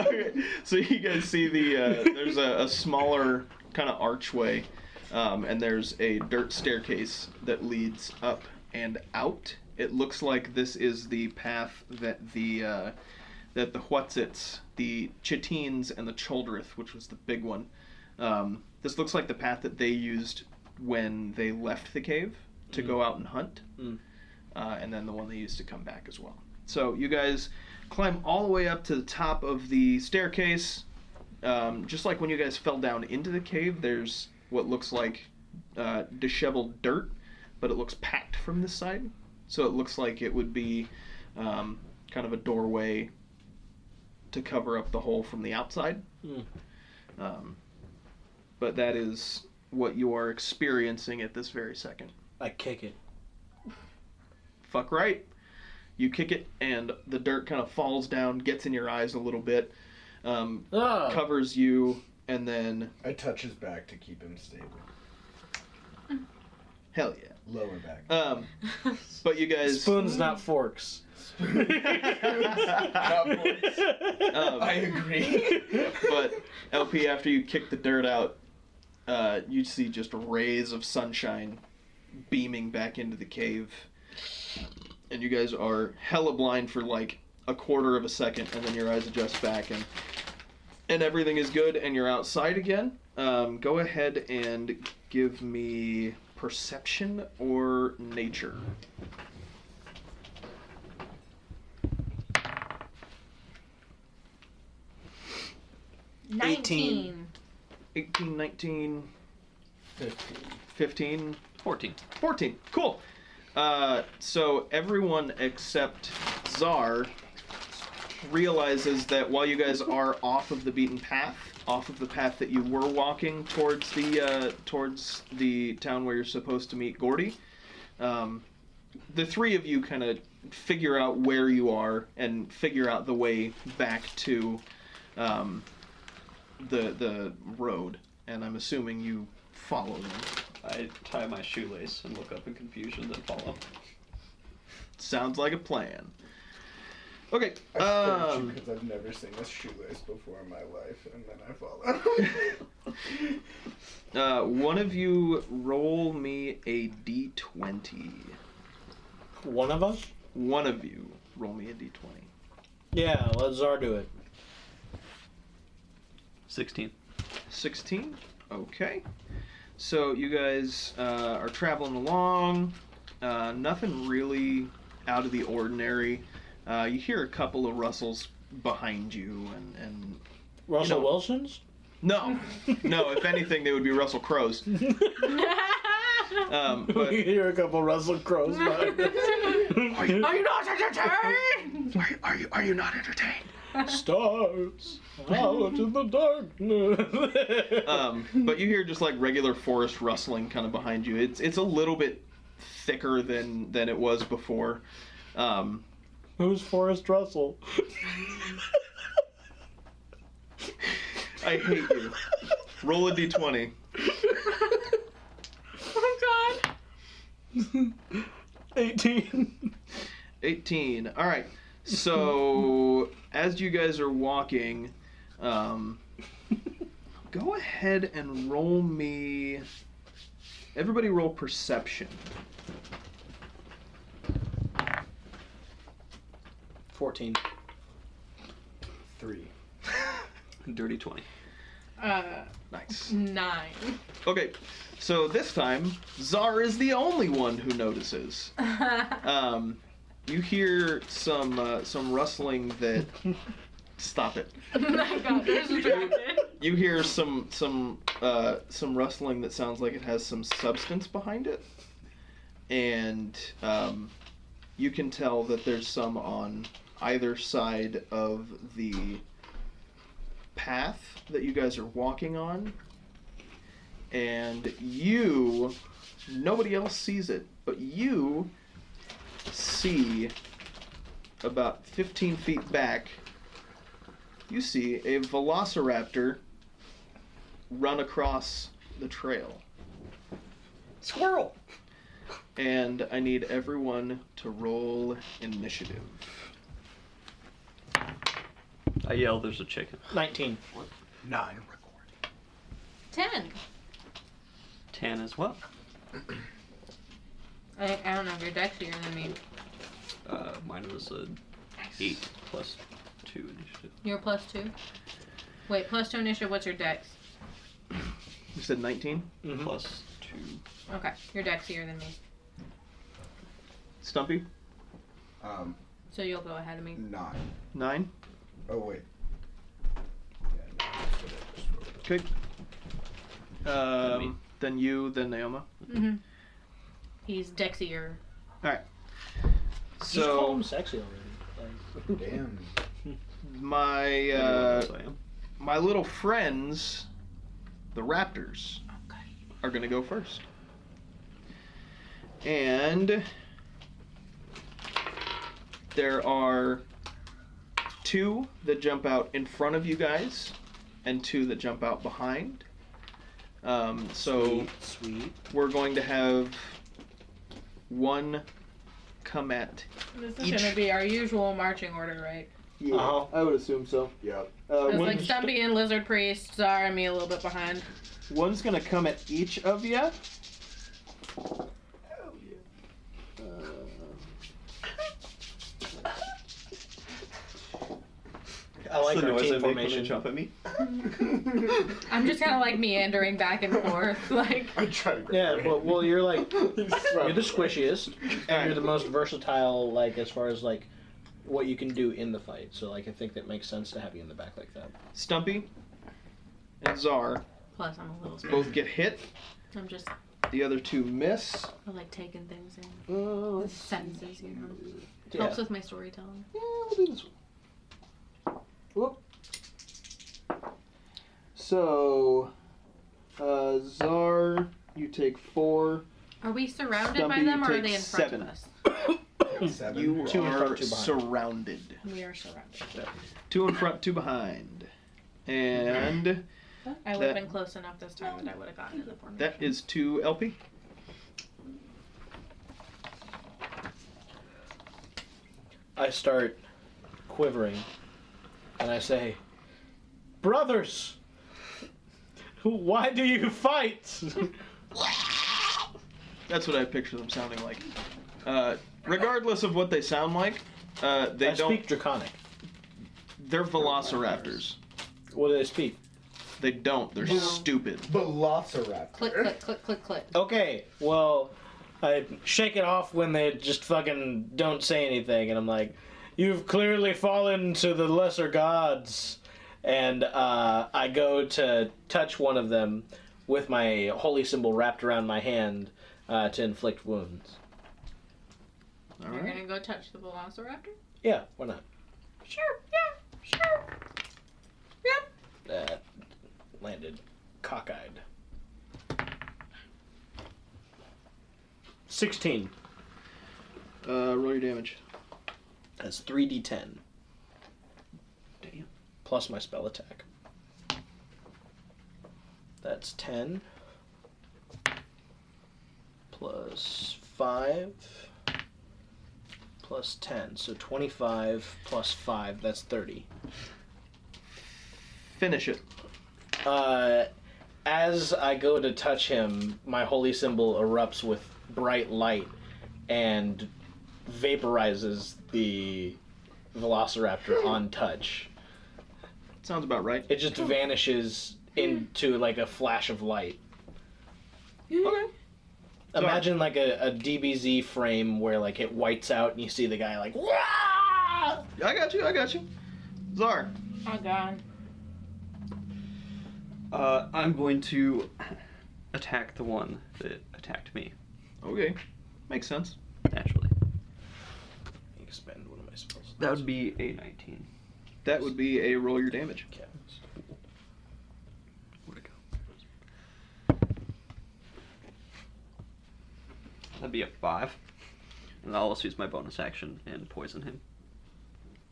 okay, so you guys see the uh, there's a, a smaller kind of archway, um, and there's a dirt staircase that leads up and out. It looks like this is the path that the uh, that the Huatzits, the Chitines, and the Choldrith, which was the big one. Um, this looks like the path that they used when they left the cave to go out and hunt uh, and then the one they used to come back as well. So you guys climb all the way up to the top of the staircase. Um, just like when you guys fell down into the cave, there's what looks like uh, disheveled dirt, but it looks packed from this side. So it looks like it would be um, kind of a doorway to cover up the hole from the outside. Mm. Um, but that is what you are experiencing at this very second I kick it. fuck right. You kick it, and the dirt kind of falls down, gets in your eyes a little bit, um, Ah, covers you, and then I touch his back to keep him stable. hell yeah. Lower back. Um, but you guys, spoons, not forks. um, I agree. but LP, after you kick the dirt out, uh, you see just rays of sunshine beaming back into the cave, and you guys are hella blind for like a quarter of a second, and then your eyes adjust back, and and everything is good, and you're outside again. Um, go ahead and give me perception or nature. Nineteen. 18, 19, Fifteen. 15, 14. 14. Cool. Uh, so everyone except Czar realizes that while you guys are off of the beaten path, off of the path that you were walking towards the uh, towards the town where you're supposed to meet Gordy, um, the three of you kind of figure out where you are and figure out the way back to um, the the road. And I'm assuming you follow them. I tie my shoelace and look up in confusion, then follow. Sounds like a plan. Okay. I stare at you Um, because I've never seen a shoelace before in my life, and then I follow. uh, one of you roll me a d20. One of us? One of you roll me a d20. Yeah, let Czar do it. 16. 16. Okay. So you guys uh, are traveling along. Uh, nothing really out of the ordinary. Uh, you hear a couple of rustles behind you, and, and Russell know- Wilson's? no, no. If anything, they would be Russell Crowe's. Um, but we hear a couple Russell Crowe's. Are you not entertained? are, you- are you are you not entertained? Stars out in the darkness. Uh. Um, but you hear just like regular forest rustling kind of behind you. It's it's a little bit thicker than than it was before. Um, Who's Forrest Russell? I hate you. Roll a d20. oh god. 18. 18. All right. So as you guys are walking, um, go ahead and roll me. Everybody, roll perception. 14. Three. Dirty 20. Uh, Nice. nine. Okay. So this time, Czar is the only one who notices. Um, you hear some uh, some rustling that. Stop it. I got distracted. You hear some some uh, some rustling that sounds like it has some substance behind it, and um, you can tell that there's some on either side of the path that you guys are walking on, and you nobody else sees it, but you see about 15 feet back you see a velociraptor run across the trail. Squirrel! And I need everyone to roll initiative. I yell, there's a chicken. 19. Nine. Ten. 10 as well. I, I don't know if your deck's bigger than me. Uh, mine was a 8 plus 2 initiative. You're plus two. Wait, plus two initiative. What's your dex? You said 19? Mhm. Plus 2. Okay, your deck's higher than me, Stumpy? Um, so you'll go ahead of me. nine. 9? Oh wait. Yeah, nine is what I just rolled. Okay. Um, then you, then Naoma. Mm-hmm. He's dexier. Just call So him sexy already. Damn. my Yes, uh, I am. my little friends, the raptors, Okay. are gonna go first. And there are two that jump out in front of you guys, and two that jump out behind. Um, so sweet. we're going to have one come at. This Each- is gonna be our usual marching order, right? Yeah, Uh-huh. I would assume so. Yep. Uh, It's like one's, Stumpy and Lizard Priest, Zara and me a little bit behind. one's gonna come at each of you. I like That's the our noise I team make when they formation. jump at me. I'm just kind of like meandering back and forth, like. I try to. grab Yeah, her well, hand. well, you're like He's you're the throwing- squishiest, and you're Alright. the most versatile, like as far as like what you can do in the fight. So like I think that makes sense to have you in the back like that. Stumpy and Czar Plus, I'm a little. Sp- both get hit. I'm just The other two miss. I like taking things in. Uh, The sentences, you know. Yeah. Helps with my storytelling. yeah, we'll do this one. Whoop. So, uh, Czar, you take four. Are we surrounded by Stumpy them, or are they in takes front seven. of us? Seven. You Two in front, are two behind. surrounded. We are surrounded. Two in front, two behind. And I would have That- been close enough this time that I would have gotten in the formation. that is two LP. I start quivering, and I say, "Brothers, why do you fight?" That's what I picture them sounding like. Uh, regardless of what they sound like, uh, they I don't. speak Draconic. They're velociraptors. What do they speak? They don't. They're No. stupid. Velociraptor. click, click, click, click, click. Okay, well, I shake it off when they just fucking don't say anything, and I'm like, "You've clearly fallen to the lesser gods." And uh, I go to touch one of them with my holy symbol wrapped around my hand uh, to inflict wounds. All You're right. gonna go touch the velociraptor? Yeah, why not? Sure, yeah, sure. Yep. That Uh, landed cockeyed. Sixteen. Uh, roll your damage. That's three d10 Damn. plus my spell attack. That's ten plus five plus ten, so twenty-five plus five. That's thirty. Finish it. Uh, as I go to touch him, my holy symbol erupts with bright light and vaporizes the velociraptor on touch. Sounds about right. It just vanishes into like a flash of light. Okay. Imagine like a, a DBZ frame where like it whites out and you see the guy like Wah! I got you. I got you. Czar. Oh god. Uh, I'm going to attack the one that attacked me, Okay. Makes sense. naturally. Expend one of my spells. That would be a 19. That would be a roll your damage. Okay. Where'd it go? That'd be a 5. And I'll also use my bonus action and poison him.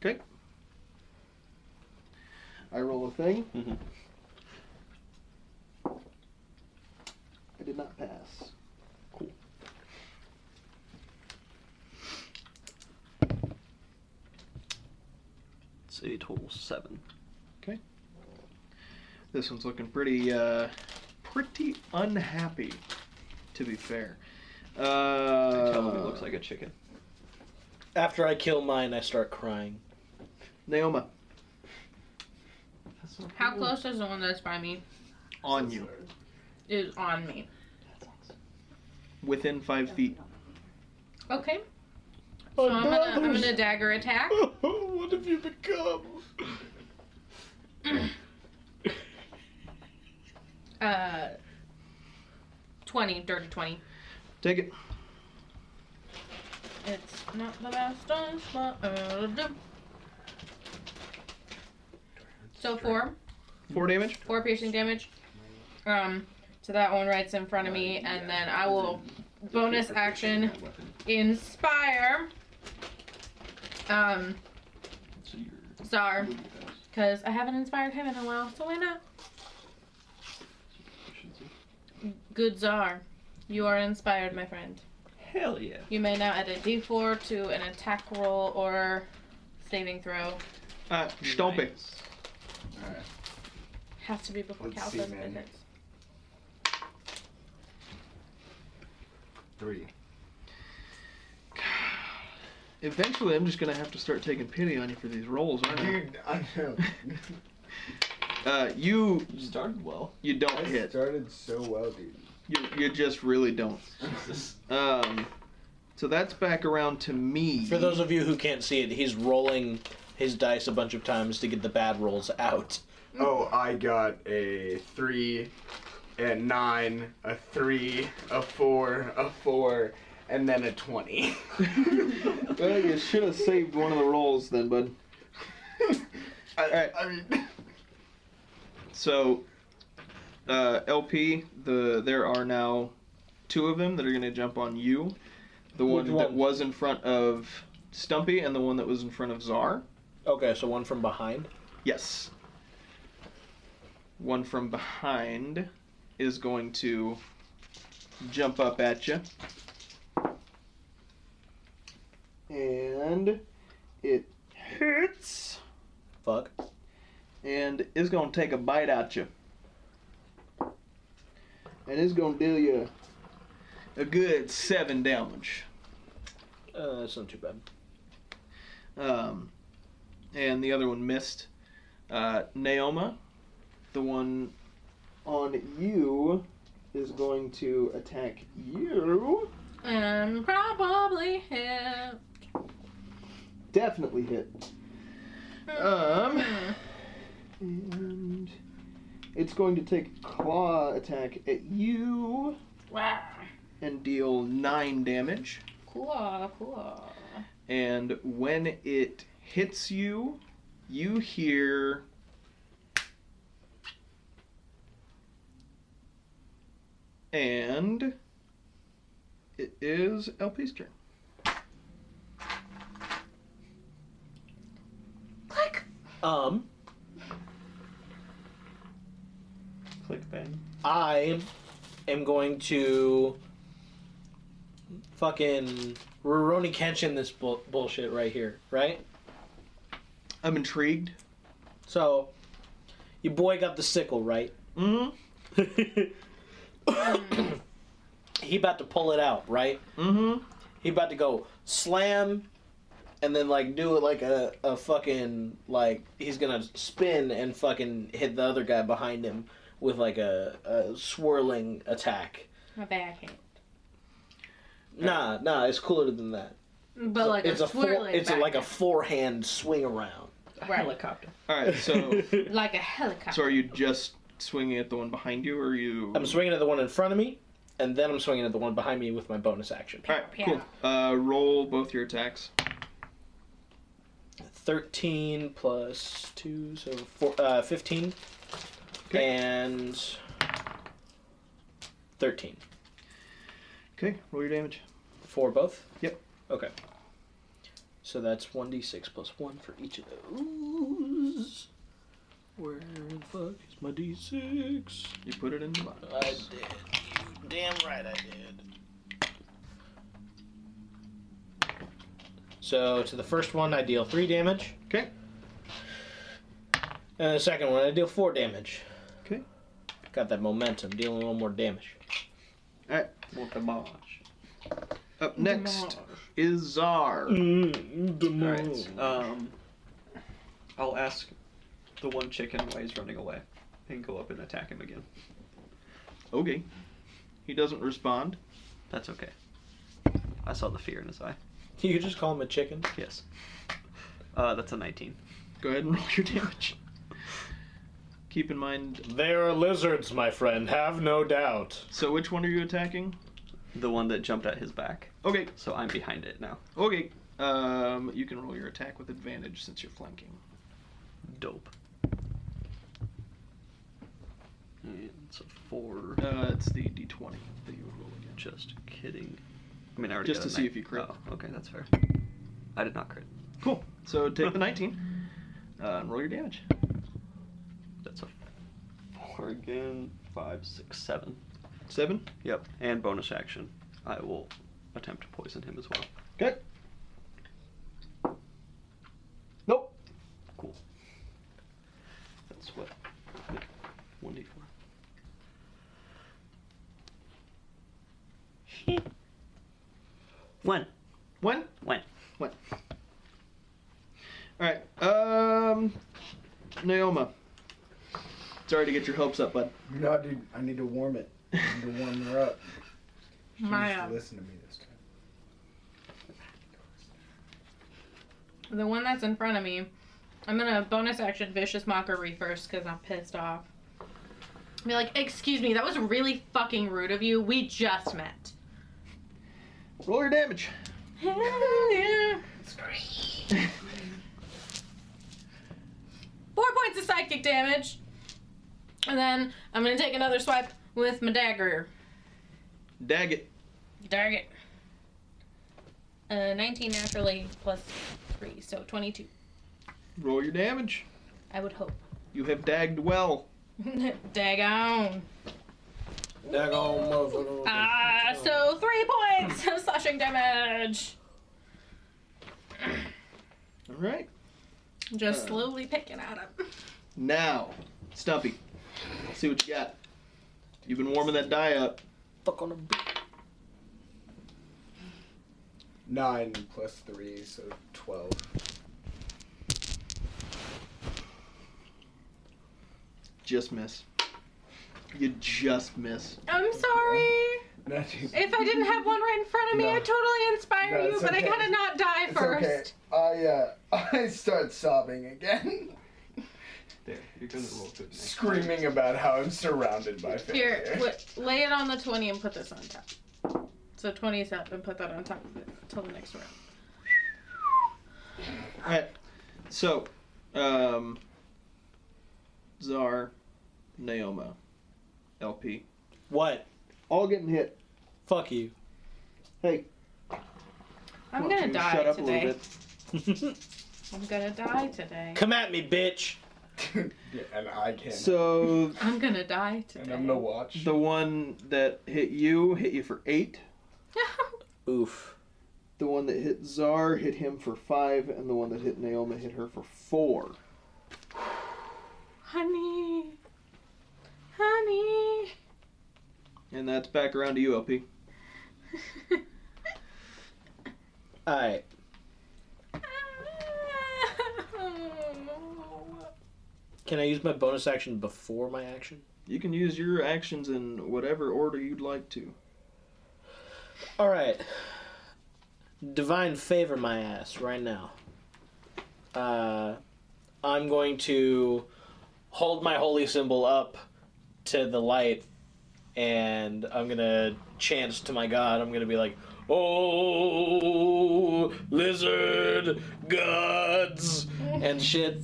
Okay. I roll a thing. Mm-hmm. I did not pass. It's a total 7. This one's looking pretty, uh, pretty unhappy, to be fair. Uh, Tell him he looks like a chicken. After I kill mine, I start crying. Naoma How close is the one that's by me? on you, Is on me. within five feet. Okay. So I'm gonna I'm gonna dagger attack. what have you become? Uh twenty, dirty twenty. Take it. It's not the best dice, but it'll do. So four. Four damage. Four piercing damage. Um to that one right in front of me, and then I will bonus action inspire um So you're. Czar. Because I haven't inspired him in a while, so why not? Good czar. You are inspired, my friend. Hell yeah. You may now add a d4 to an attack roll or saving throw. Uh, stomp it. Nice. Has to be before Let's Cal see, says man. minutes. Three. Eventually, I'm just gonna have to start taking pity on you for these rolls, aren't I? Dude, I know. Uh, you, You started well. you don't I hit. started so well, dude. You, you just really don't. Jesus. Um, so that's back around to me. For those of you who can't see it, he's rolling his dice a bunch of times to get the bad rolls out. Oh, I got a three, a nine, a three, a four, a four, and then a twenty. well, you should have saved one of the rolls then, bud. I, right. I mean, So, uh, LP, the there are now two of them that are gonna jump on you. The Which one, that one? was in front of Stumpy and the one that was in front of Czar. Okay, so one from behind. Yes. One from behind is going to jump up at you. And it hurts Fuck. and it's gonna take a bite at you. And it's gonna deal you a good seven damage. Uh, that's not too bad. Um, and the other one missed. Uh, Naoma, the one on you, is going to attack you And probably hit. Definitely hit. Um, Hmm. and it's going to take a claw attack at you Wow. and deal nine damage. Cool, cool. And when it hits you, you hear. And it is LP's turn. Click. Um, Click bang. I am going to fucking Roroni Kenshin this bull- bullshit right here, right? I'm intrigued. So, your boy got the sickle, right? Mm he about to pull it out, right? hmm. Mm hmm. He about to go slam and then like do it like a, a fucking like he's gonna spin and fucking hit the other guy behind him with like a, a swirling attack. My backhand. Nah, nah, it's cooler than that. But like it's a, a four, swirling it's a, like a backhand. forehand swing around. right. Helicopter. Alright, so. like a helicopter. so are you just swinging at the one behind you, or are you. I'm swinging at the one in front of me, and then I'm swinging at the one behind me with my bonus action. Alright, cool. Uh, roll both your attacks. 13 plus 2, so four, uh, 15. Okay. And 13. Okay, roll your damage. For both? Yep. Okay. So that's 1d6 plus 1 for each of those. Where the fuck is my d6? You put it in the box. I did. You damn right I did. So to the first one, I deal three damage. Okay. And the second one, I deal four damage. Okay. Got that momentum, dealing a little more damage. Well, Damage. Up next is Czar. Alright. Alright. Um, I'll ask the one chicken why he's running away and go up and attack him again. Okay. He doesn't respond. That's okay. I saw the fear in his eye. You could just call him a chicken. Yes. Uh, that's a 19. Go ahead and roll your damage. Keep in mind. There are lizards, my friend. Have no doubt. So, which one are you attacking? The one that jumped at his back. Okay, So I'm behind it now. okay. Um, you can roll your attack with advantage since you're flanking. Dope. And so four. Uh, it's the d20 that you would roll again. Just kidding. I mean, I already Just got a to see nine- if you crit. Oh, okay, that's fair. I did not crit. Cool. So, take the 19 uh, and roll your damage. That's a four again. Five, six, seven. Seven. Yep. And bonus action, I will attempt to poison him as well. Okay. Nope. Cool. That's what. One d four. One. One. One. What? All right. Um, Naoma. Sorry to get your hopes up, bud. No, dude, I need to warm it. I need to warm her up. She needs My, uh, to listen to me this time. the one that's in front of me. I'm gonna bonus action vicious mockery first because I'm pissed off. Be like, excuse me, that was really fucking rude of you. We just met. Roll your damage. Four points of psychic damage. And then I'm gonna take another swipe with my dagger. Dag it. Target. Uh, 19 naturally plus 3, so 22. Roll your damage. I would hope. You have dagged well. Daggone. Daggone Ah, so 3 points of slashing damage. All right. Just slowly picking at him. Now, Stumpy. Let's see what you got. You've been warming that die up. Fuck on a Nine plus three, so twelve. Just miss. You just miss. I'm sorry. Nineteen. If I didn't have one right in front of me, No. I totally inspire No, you, it's but I okay. gotta not die It's first. okay. I uh, I start sobbing again, There, you're gonna roll good. next screaming about how I'm surrounded by Here, failure. wait, lay it on the 20 and put this on top. So 20 is up and put that on top of it until the next round. Alright. So, um, Czar, Naoma, LP, What? all getting hit. Fuck you. Hey, I'm why don't gonna you die shut up a today. little bit. I'm gonna die today. Come at me, bitch. yeah, and I can't. So I'm gonna die and today. I'm gonna watch. the one that hit you hit you for eight. Oof. The one that hit Czar hit him for five, and the one that hit Naoma hit her for four. honey. Honey. And that's back around to you, LP. Alright. Can I use my bonus action before my action? You can use your actions in whatever order you'd like to. Alright. Divine favor my ass right now. Uh, I'm going to hold my holy symbol up to the light and I'm gonna chant to my god. I'm gonna be like, Oh, lizard gods! and shit.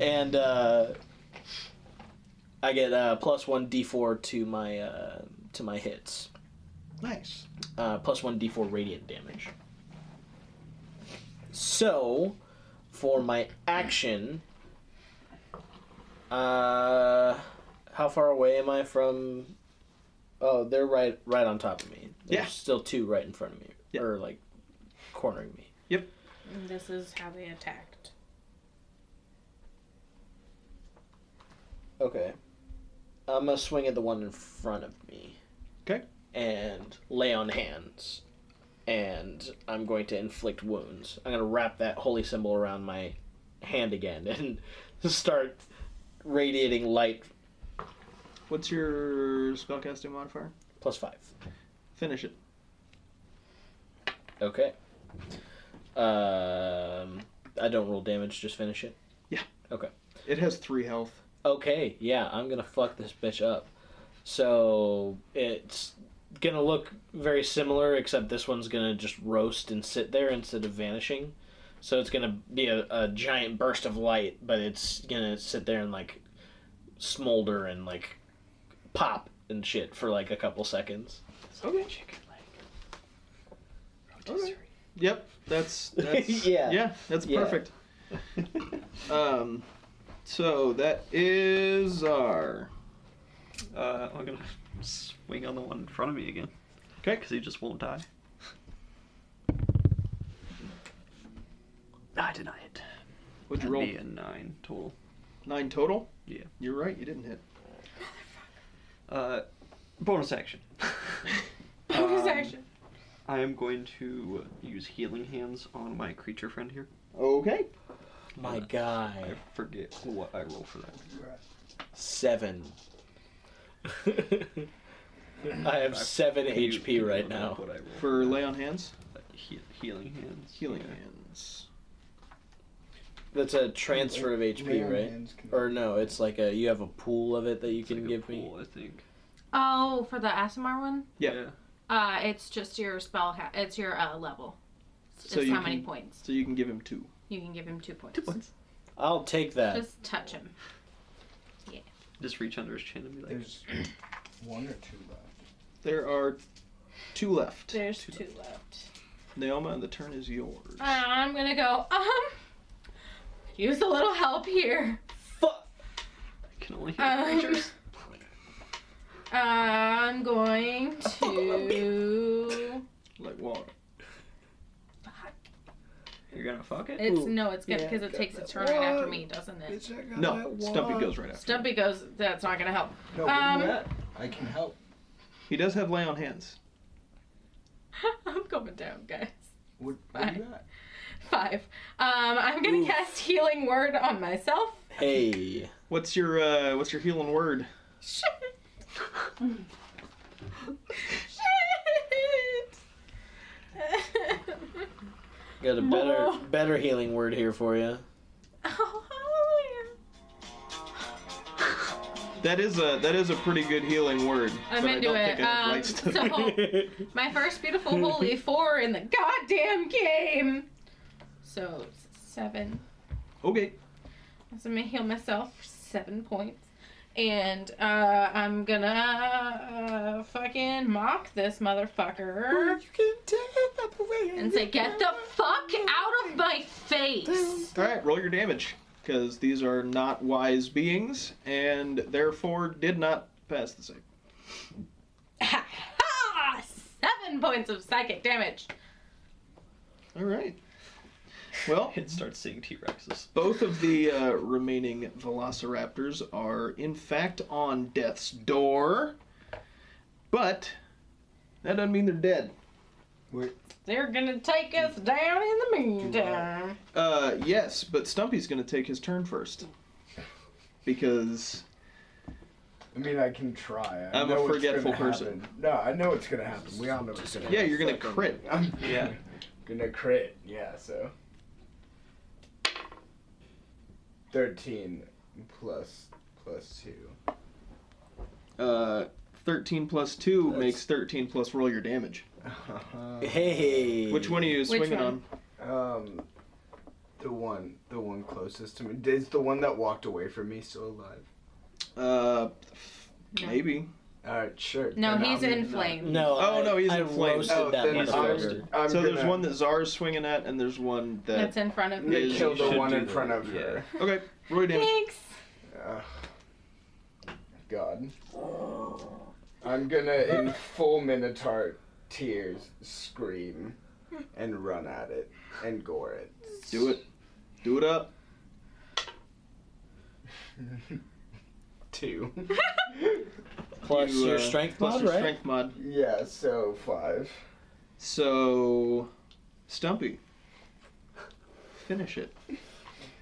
And uh, I get uh, plus one d4 to my uh, to my hits Nice. uh, plus one d4 radiant damage. So, for my action, uh, how far away am I from? Oh, they're right, right on top of me. There's Yeah. still two right in front of me, Yeah. or like cornering me. This is how they attacked. Okay, I'm gonna swing at the one in front of me. Okay. And lay on hands, and I'm going to inflict wounds. I'm gonna wrap that holy symbol around my hand again and start radiating light What's your spellcasting modifier? plus five. Finish it. Okay. Um, I don't roll damage. Just finish it. It has three health. Okay, yeah, I'm gonna fuck this bitch up. So it's gonna look very similar, except this one's gonna just roast and sit there instead of vanishing. So it's gonna be a, a giant burst of light, but it's gonna sit there and like smolder and like pop and shit for like a couple seconds. Okay. Okay. Yep, that's, that's Yeah. yeah, that's Yeah. perfect. um, so that is our round. Uh, I'm gonna swing on the one in front of me again. 'Kay. Because he just won't die. I deny it. what'd you That'd roll? be a nine total. Nine total. Yeah. You're right. You didn't hit. Uh, bonus action. Bonus Um, action. I am going to use healing hands on my creature friend here. Okay. My I guy, forget what I roll for that. seven. I have seven You- you HP right don't know now. What I roll For lay on hands, that. He- healing hands. healing Yeah. hands. That's a transfer of Lay HP, on right? hands, can- Or no, it's like a you have a pool of it that you It's like can a give me. pool, I think. Oh, for the Asimar one? Yeah. Uh, it's just your spell. Ha- it's your uh, level. It's So you how many can- points So you can give him two. you can give him. Two points. Two points. I'll take that. Just touch him. Just reach under his chin and be like, There's one or two left. There are two left. There's two left. Naoma, the turn is yours. I'm gonna go. Um, use a little help here. Fuck. I can only hit Um, creatures. I'm going to. Like water. You're gonna fuck it? It's Ooh. no, it's good Yeah, because it got takes a that turn right after one. me, doesn't it? Bitch, I got No, that Stumpy one. goes right after. Stumpy goes. That's not gonna help. No, but Um, Matt, I can help. He does have lay on hands. I'm coming down, guys. What, what do you got? Five. Um, I'm gonna Oof. cast healing word on myself. Hey. What's your uh, what's your healing word? Shit. Shit. Got a better More. better healing word here for you. Oh, hallelujah. That is a that is a pretty good healing word. I'm but I into don't it. Think it Um, relates to so my first beautiful holy four in the goddamn game. So seven. okay. So I'm gonna heal myself for seven points, and uh, I'm gonna uh, fucking mock this motherfucker and say, "Get the fuck out of my face!" All right, roll your damage because these are not wise beings and therefore did not pass the save. Ha ha! Seven points of psychic damage. All right. Well, It starts seeing T Rexes. both of the uh, remaining velociraptors are in fact on death's door, but that doesn't mean they're dead. They're gonna take us down in the meantime. Uh, yes, but Stumpy's gonna take his turn first because I mean, I can try. I I'm a know what's forgetful gonna person. happen. No, I know what's gonna happen. We all know what's gonna happen. yeah, you're gonna crit. I'm Yeah. gonna crit. Yeah, so. 13 plus plus 2. Uh, 13 plus 2 That's- makes 13 plus roll your damage. Hey. Which one are you Which swinging one? on? um the one the one closest to me. Is the one that walked away from me still alive? Uh, No. maybe. All right, sure. No, then he's I'm in gonna- flames. No. Oh, I- no, he's I in flames. roasted Oh, that then it's motherfucker. I'm so there's gonna- one that Zar's swinging at, and there's one that. That's in front of They Yeah, me. you killed the should one do in that, front of yeah. her. Okay, roll your damage. Thanks. Ugh. Uh, God. I'm gonna, in full Minotaur tears, scream and run at it and gore it. Do it. Do it up. Two. Plus You, your uh, strength plus mod, your right? strength mod. yeah, so five. So, Stumpy, finish it.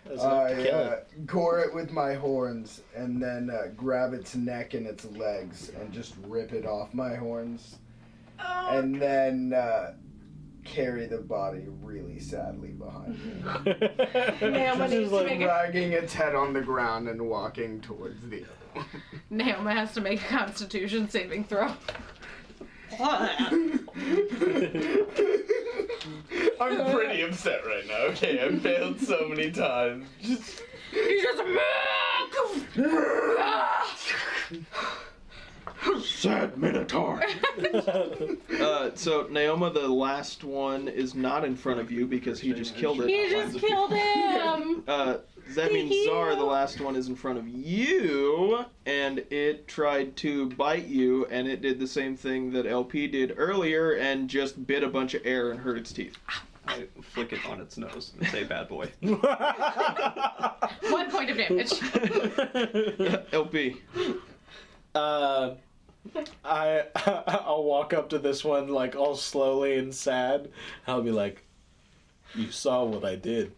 That's enough I to kill uh, it. gore it with my horns and then uh, grab its neck and its legs and just rip it off my horns Oh, and then uh, carry the body really sadly behind me. This needs is to make a- dragging its head on the ground and walking towards the Naoma has to make a constitution saving throw. I'm pretty upset right now. Okay, I've failed so many times. Just He just Sad Minotaur. uh, so Naoma, the last one is not in front of you because he just killed it. He just killed him. Uh, that means Czar, the last one, is in front of you, and it tried to bite you, and it did the same thing that LP did earlier, and just bit a bunch of air and hurt its teeth. I flick it on its nose and say bad boy. One point of damage. LP, uh, I I'll walk up to this one like all slowly and sad. I'll be like, "You saw what I did.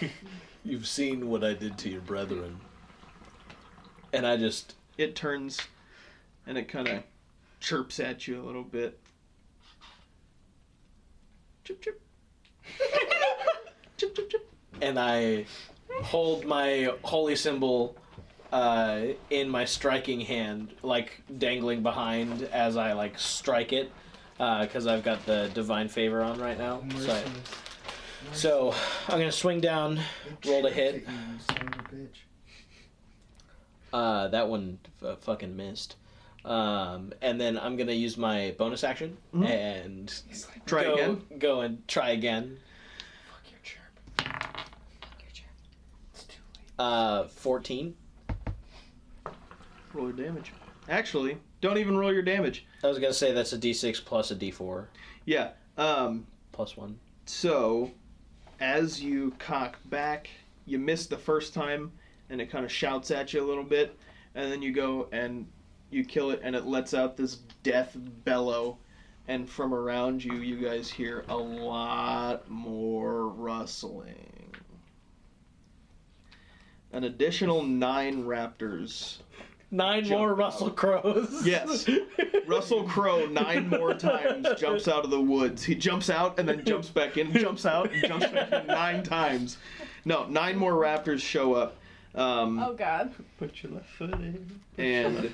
You've seen what I did to your brethren." And I just it turns, and it kind of chirps at you a little bit. Chirp chirp. chirp chirp chirp. and I hold my holy symbol uh, in my striking hand, like dangling behind as I like strike it, because I've got the divine favor on right now. So, I- so I'm gonna swing down, roll to hit. Uh, that one f- fucking missed. Um, and then I'm gonna use my bonus action and Try go, again. Go and try again. Uh, fourteen. Roll your damage. Actually, don't even roll your damage. I was gonna say that's a D6 plus a D4 Yeah. Um. plus one. So, as you cock back, you miss the first time, and it kind of shouts at you a little bit, and then you go and you kill it, and it lets out this death bellow, and from around you, you guys hear a lot more rustling. An additional nine raptors Nine Jump more out. Russell Crows. Yes. Russell Crowe nine more times jumps out of the woods. He jumps out and then jumps back in, jumps out and jumps back in nine times. No, nine more raptors show up. Um, Oh god. Put your left foot in. And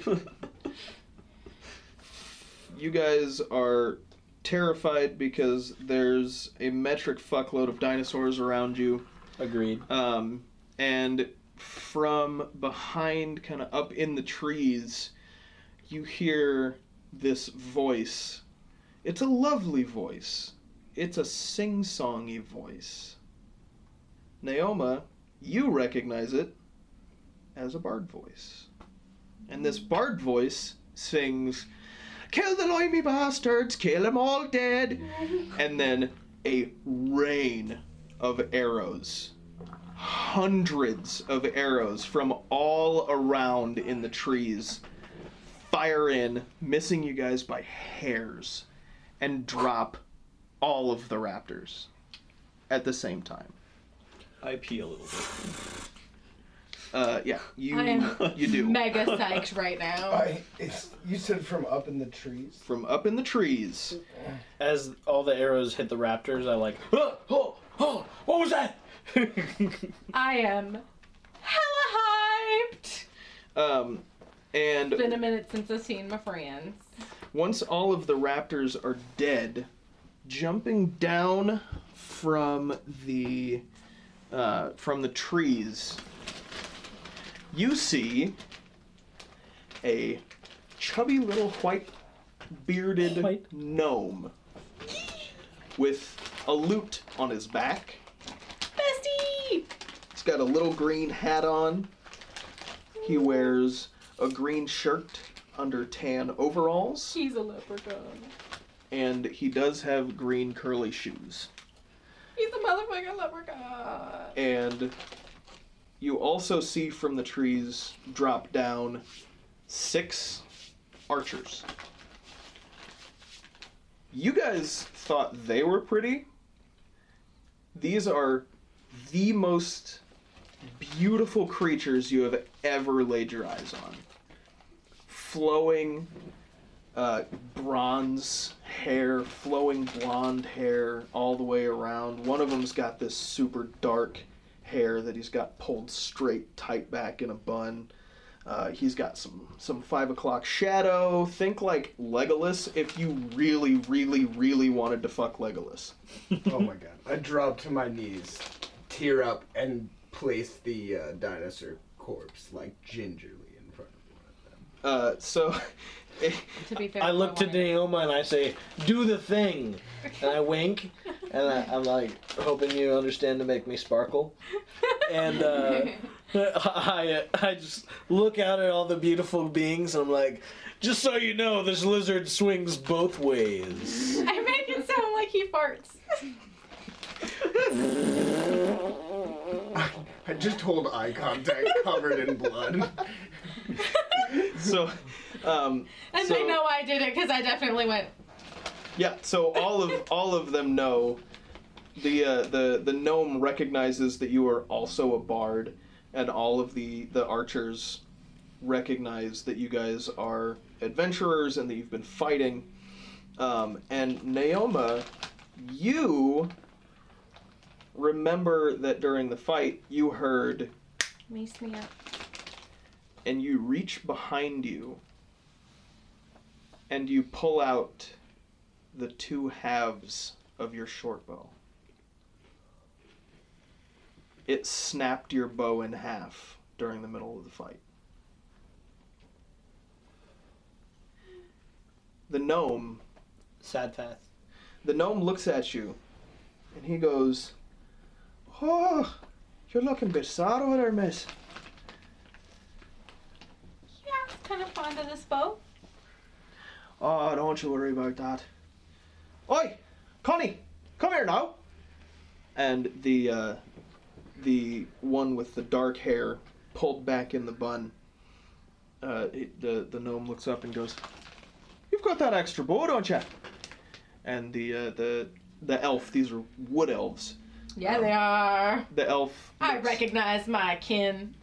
you guys are terrified because there's a metric fuckload of dinosaurs around you. Agreed. Um, and from behind, kind of up in the trees, you hear this voice. It's a lovely voice. It's a sing-songy voice. Naoma, you recognize it as a bard voice. And this bard voice sings, Kill the loimy bastards, kill 'em all dead. And then a rain of arrows hundreds of arrows from all around in the trees fire in, missing you guys by hairs, and drop all of the raptors at the same time. I pee a little bit. Uh, yeah, I you am you do Mega psyched right now. I, it's, you said from up in the trees. from up in the trees. As all the arrows hit the raptors, I like. Oh, oh, oh, what was that? I am hella hyped. Um, and It's been a minute since I've seen my friends. once all of the raptors are dead, jumping down from the uh, from the trees, you see a chubby little white bearded White. gnome with a lute on his back. Bestie! He's got a little green hat on. He wears a green shirt under tan overalls. She's a leprechaun. and he does have green curly shoes. He's a motherfucking leprechaun. And you also see from the trees drop down six archers. You guys thought they were pretty. These are the most beautiful creatures you have ever laid your eyes on. Flowing uh, bronze hair, flowing blonde hair all the way around. One of them's got this super dark hair that he's got pulled straight tight back in a bun. Uh, he's got some some five o'clock shadow. Think like Legolas if you really, really, really wanted to fuck Legolas. oh my god. I drop to my knees, tear up, and place the uh, dinosaur corpse like gingerly in front of one of them. Uh, so, To be fair, I look to wanted- Naoma and I say, "Do the thing," and I wink, and I, I'm like hoping you understand to make me sparkle, and. Uh, I I just look out at all the beautiful beings and I'm like, just so you know, this lizard swings both ways. I make it sound like he farts. I just hold eye contact, covered in blood. so, um, And So- they know I did it because I definitely went. Yeah, so all of all of them know. The uh, the the gnome recognizes that you are also a bard, and all of the the archers recognize that you guys are adventurers and that you've been fighting. Um, and Naoma, you remember that during the fight you heard Mace me up. and you reach behind you and you pull out the two halves of your short bow. It snapped your bow in half during the middle of the fight. The gnome Sad path. the gnome looks at you and he goes, Oh, you're looking a bit sad over there, miss. Yeah, I'm kind of fond of this bow. Oh, don't you worry about that. Oi, Connie, come here now. And the uh, the one with the dark hair pulled back in the bun. Uh, it- the the gnome looks up and goes, "You've got that extra bow, don't you?" And the uh, the the elf. These are wood elves. Yeah, they are. The elf. I looks- recognize my kin,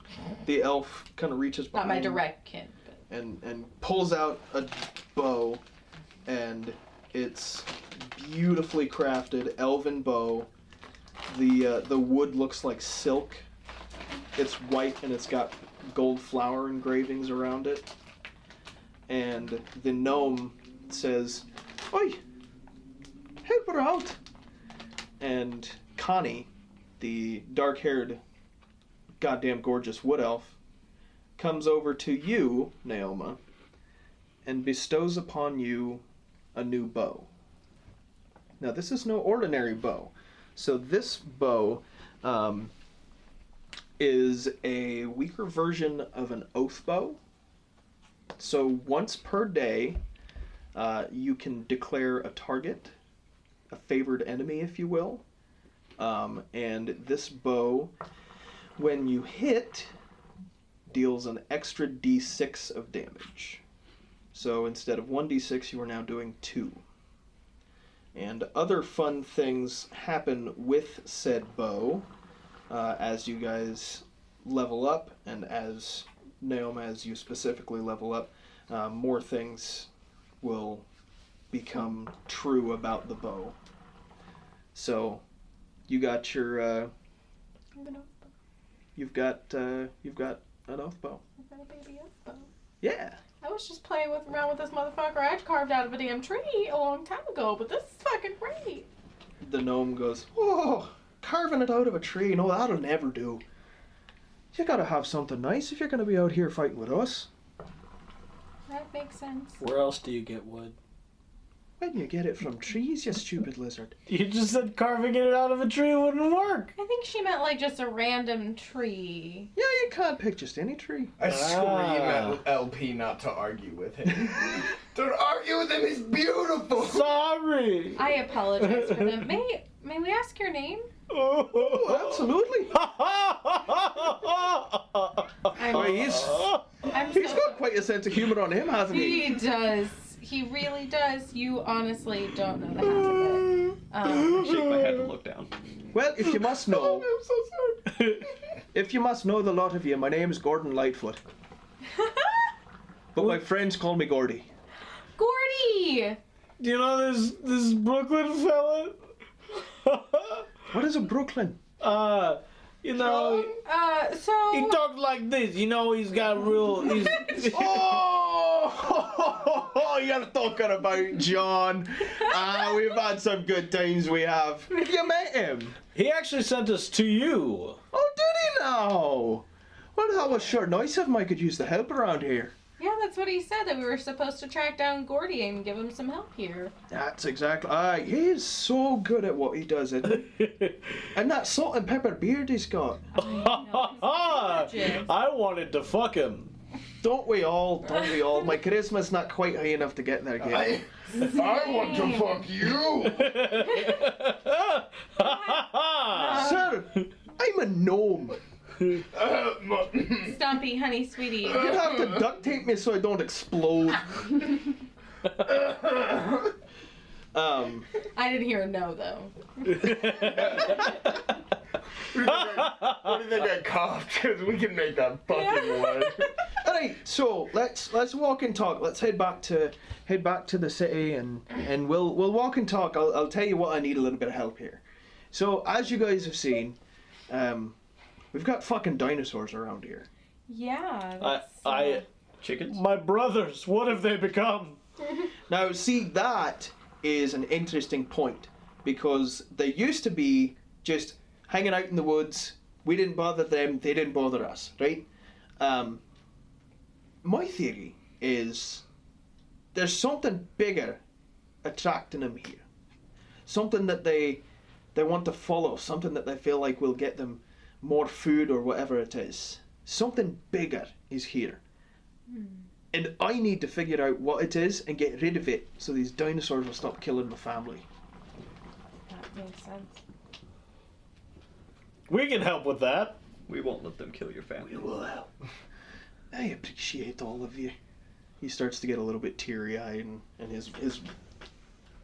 The elf kind of reaches not behind. my direct kin. and and pulls out a bow, and it's beautifully crafted elven bow. The uh, the wood looks like silk. It's white and it's got gold flower engravings around it. And the gnome says, "Oi, help her out!" And Connie, the dark-haired, goddamn gorgeous wood elf, comes over to you, Naoma, and bestows upon you a new bow. Now, this is no ordinary bow. So, this bow um, is a weaker version of an oath bow. So, once per day, uh, you can declare a target, a favored enemy, if you will. Um, and this bow, when you hit, deals an extra d6 of damage. So instead of 1d6, you are now doing 2. And other fun things happen with said bow uh, as you guys level up, and as Naoma, as you specifically level up, uh, more things will become true about the bow. So you got your. Uh, you've got uh, you've got an oath bow. Yeah. I was just playing with around with this motherfucker I carved out of a damn tree a long time ago, but this is fucking great. The gnome goes, Oh, carving it out of a tree. No, that'll never do. You gotta have something nice if you're gonna be out here fighting with us. That makes sense. Where else do you get wood? When you get it from trees, you stupid lizard. You just said carving it out of a tree wouldn't work. I think she meant like just a random tree. Yeah, you can't pick just any tree. I scream Ah. at LP not to argue with him. Don't argue with him. He's beautiful. Sorry. I apologize for them. May may we ask your name? Oh, absolutely. I'm, Oh, he's, I'm he's so- got quite a sense of humor on him, hasn't he? He does. He really does. You honestly don't know the half of it. Um, I shake my head and look down. Well, if you must know, if you must know the lot of you, my name is Gordon Lightfoot. But my friends call me Gordy. Gordy! Do you know this this Brooklyn fella? What is a Brooklyn? uh, you know, Uh, so. he talked like this. You know, he's got real. He's, Oh, you're talking about John. Ah, we've had some good times. We have. Have you met him? he actually sent us to you. Oh, did he now? Well, that was sure nice of him. I could use the help around here. Yeah, that's what he said, that we were supposed to track down Gordy and give him some help here. That's exactly. Aye, he is so good at what he does. Isn't he? and that salt and pepper beard he's got. I wanted to fuck him. Don't we all? Don't we all? My charisma's not quite high enough to get there yet. I, I want to fuck you. Sir, I'm a gnome. Uh, m- Stumpy, honey, sweetie. You'd have to duct tape me so I don't explode. Um, I didn't hear a no, though. Who do you think I- who do you think I coughed? Because we can make that fucking one. all right, so let's let's walk and talk. Let's head back to head back to the city, and and we'll we'll walk and talk. I'll I'll tell you what I need a little bit of help here. So as you guys have seen, um, we've got fucking dinosaurs around here. Yeah. I, that's, uh, I, Chickens? my brothers. What have they become? Now, see, that is an interesting point because they used to be just hanging out in the woods. We didn't bother them, they didn't bother us, right? Um, my theory is there's something bigger attracting them here. Something that they they want to follow, something that they feel like will get them more food or whatever it is. Something bigger is here and I need to figure out what it is and get rid of it so these dinosaurs will stop killing my family. That makes sense. We can help with that. We won't let them kill your family. Well, I appreciate all of you. He starts to get a little bit teary eyed, and, and his, his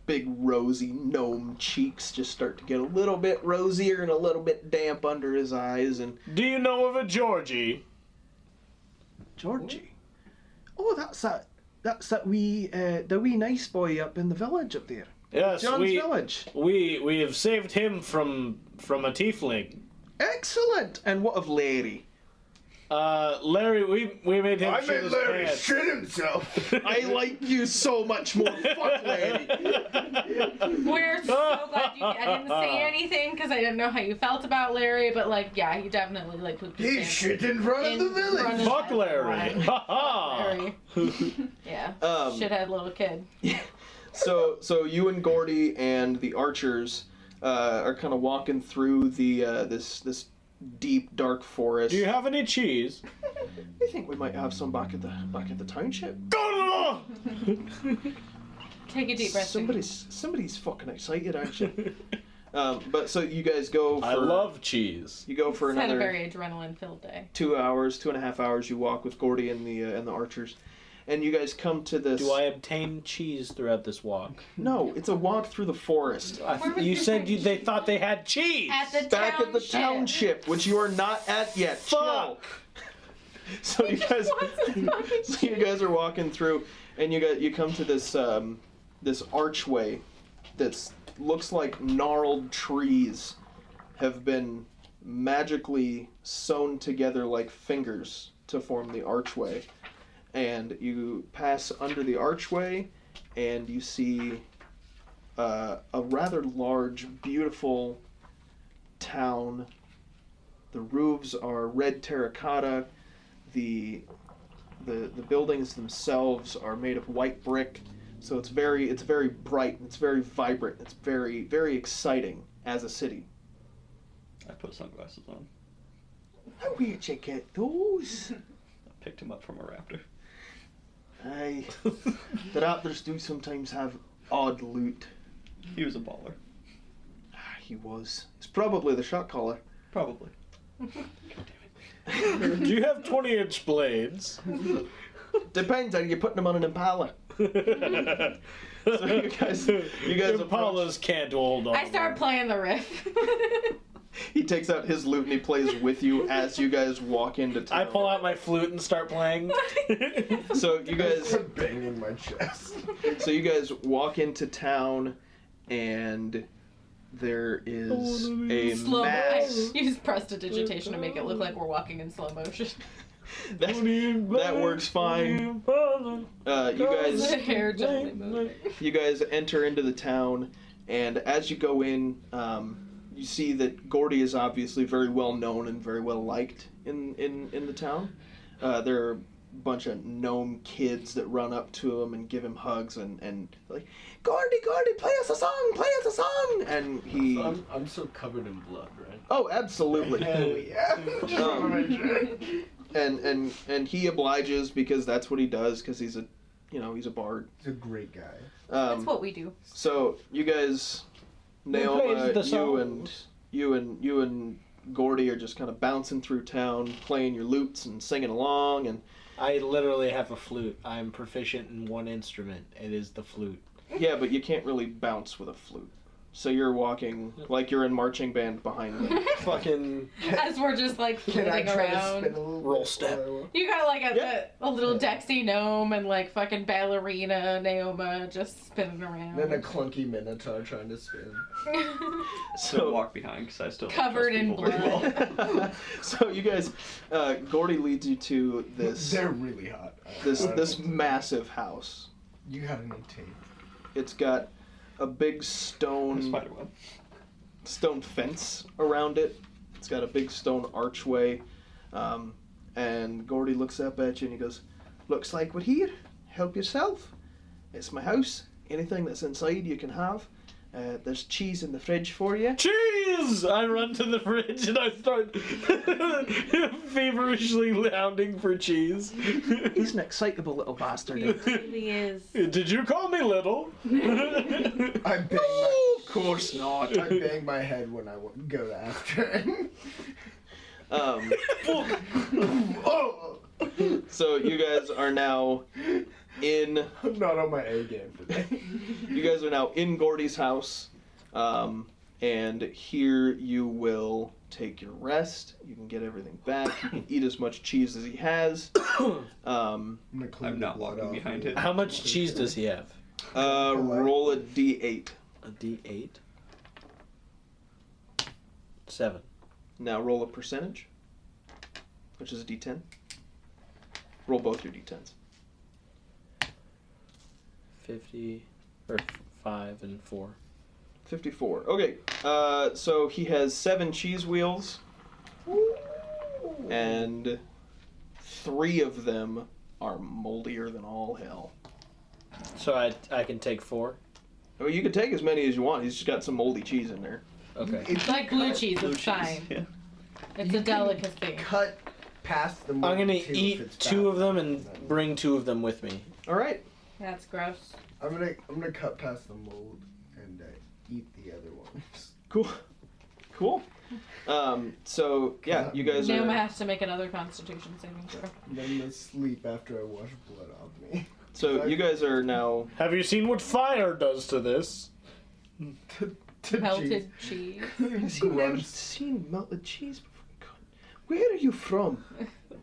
big rosy gnome cheeks just start to get a little bit rosier and a little bit damp under his eyes. And Do you know of a Georgie? Georgie, Oh, that's that. That's that wee, uh, the wee nice boy up in the village up there. Yes, John's we, village. we we have saved him from from a tiefling. Excellent. And what of Larry? Uh, Larry, we we made him. I shit made his Larry pants. shit himself. I like you so much more. Fuck Larry. We're so glad you. I didn't say anything because I didn't know how you felt about Larry, but like, yeah, he definitely like would he shit in front In of the village. front of- Fuck Larry. Ha ha. Larry. yeah, Um, shithead little kid. So, so you and Gordy and the archers uh, are kind of walking through the uh, this this deep dark forest. Do you have any cheese? I think we might have some back at the back at the township. Go to law. Take a deep breath. Suki. Somebody's somebody's fucking excited, actually. um, but so you guys go. For, I love cheese. You go for It's had a another very adrenaline-filled day. two hours, two and a half hours. You walk with Gordy and the uh, and the archers, and you guys come to this. Do I obtain cheese throughout this walk? No, it's a walk through the forest. I Where th- was you your said you, cheese? they thought they had cheese. At the Back township. at the township, which you are not at yet. Chill. Fuck. So you guys. so you guys are walking through, and you got you come to this um, this archway that's looks like gnarled trees have been magically sewn together like fingers to form the archway, and you pass under the archway, and you see uh, a rather large, beautiful town. The roofs are red terracotta. The the the buildings themselves are made of white brick, so it's very it's very bright and it's very vibrant. It's very very exciting as a city. I put sunglasses on. Where'd you get those? I picked him up from a raptor. Aye, the Raptors do sometimes have odd loot. He was a baller. Ah, He was. It's probably the shot caller. Probably. Do you have 20 inch blades? Depends. Are you putting him on an Impala? so you guys- you guys Impalas can't hold on. I start playing the riff. He takes out his loot and he plays with you as you guys walk into town. I pull out my flute and start playing. So you guys. I'm banging my chest. So you guys walk into town, and there is a slow mass. motion. You just press the digitation to make it look like we're walking in slow motion. That, that works fine. uh, you The guys, hair gently moving. you guys enter into the town, and as you go in, um, you see that Gordy is obviously very well known and very well liked in in in the town. Uh, there are a bunch of gnome kids that run up to him and give him hugs and and like, Gordy, Gordy, play us a song, play us a song, and he. I'm, I'm so covered in blood, right? Oh, absolutely. Hell yeah. and and and he obliges because that's what he does because he's a you know he's a bard He's a great guy. um, That's what we do. so you guys plays Naomi the you songs? and you and you and Gordy are just kind of bouncing through town playing your lutes and singing along and I literally have a flute. I'm proficient in one instrument. It is the flute. yeah but you can't really bounce with a flute so you're walking like you're in marching band behind them Fucking As we're just like Can I floating try to spin a around. little Roll bit step. while I walk? You got like a, Yeah. a little Dexy gnome and like fucking ballerina Naoma just spinning around. Then a clunky minotaur trying to spin. So so walk behind because I still don't Covered trust in people very blood. well. so you guys uh, Gordy leads you to this They're really hot. I- this I don't this know. massive house You got any tape? It's got a big A stone Spider web. stone fence around it. It's got a big stone archway. Um, and Gordy looks up at you and he goes, "Looks like we're here. Help yourself. It's my house. Anything that's inside you can have. Uh, there's cheese in the fridge for you." cheese! I run to the fridge and I start feverishly hounding for cheese. He's an excitable little bastard. eh? really is. Did you call me little? I bang my, Oh! of course not. I bang my head when I w- go to after him. Um, oh, so you guys are now in I'm not on my A game today. You guys are now in Gordy's house. Um, And here you will take your rest. You can get everything back. You can eat as much cheese as he has. Um, I'm, gonna clean I'm not the blood walking off behind you. it. How much cheese does he have? uh, roll a d8. A D8? Seven. Now roll a percentage, which is a d10. Roll both your d10s. 50, or f- five and four. 54. Okay, uh, so he has seven cheese wheels, and three of them are moldier than all hell. So I, I can take four? I mean, you can take as many as you want. He's just got some moldy cheese in there. Okay. It's like blue cheese, Blue it's cheese, fine. yeah. It's a delicacy. Cut past the. I'm two gonna if it's eat two bad. of them and bring two of them with me. All right. That's gross. I'm gonna I'm gonna cut past the mold and uh, eat the other ones. Cool. Cool. Um, so, yeah, you guys Naoma are. has to make another constitution saving throw. And then I'm sleep after I wash blood off me. So, you guys are now. Have you seen what fire does to this? To Melted cheese. cheese. Grunts. seen melted cheese before. Where are you from?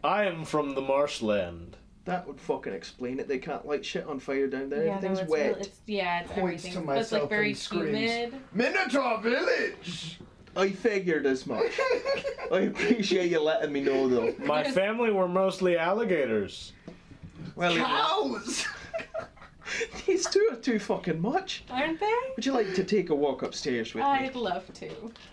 I am from the marshland. That would fucking explain it. They can't light shit on fire down there. Yeah, no, Everything's it's wet. real- it's, yeah, it's Points everything. to But it's myself like very and screams. humid. Minotaur Village. I figured as much. I appreciate you letting me know, though. My family were mostly alligators. Well, Cows. these two are too fucking much. Aren't they? Would you like to take a walk upstairs with me? I'd love to.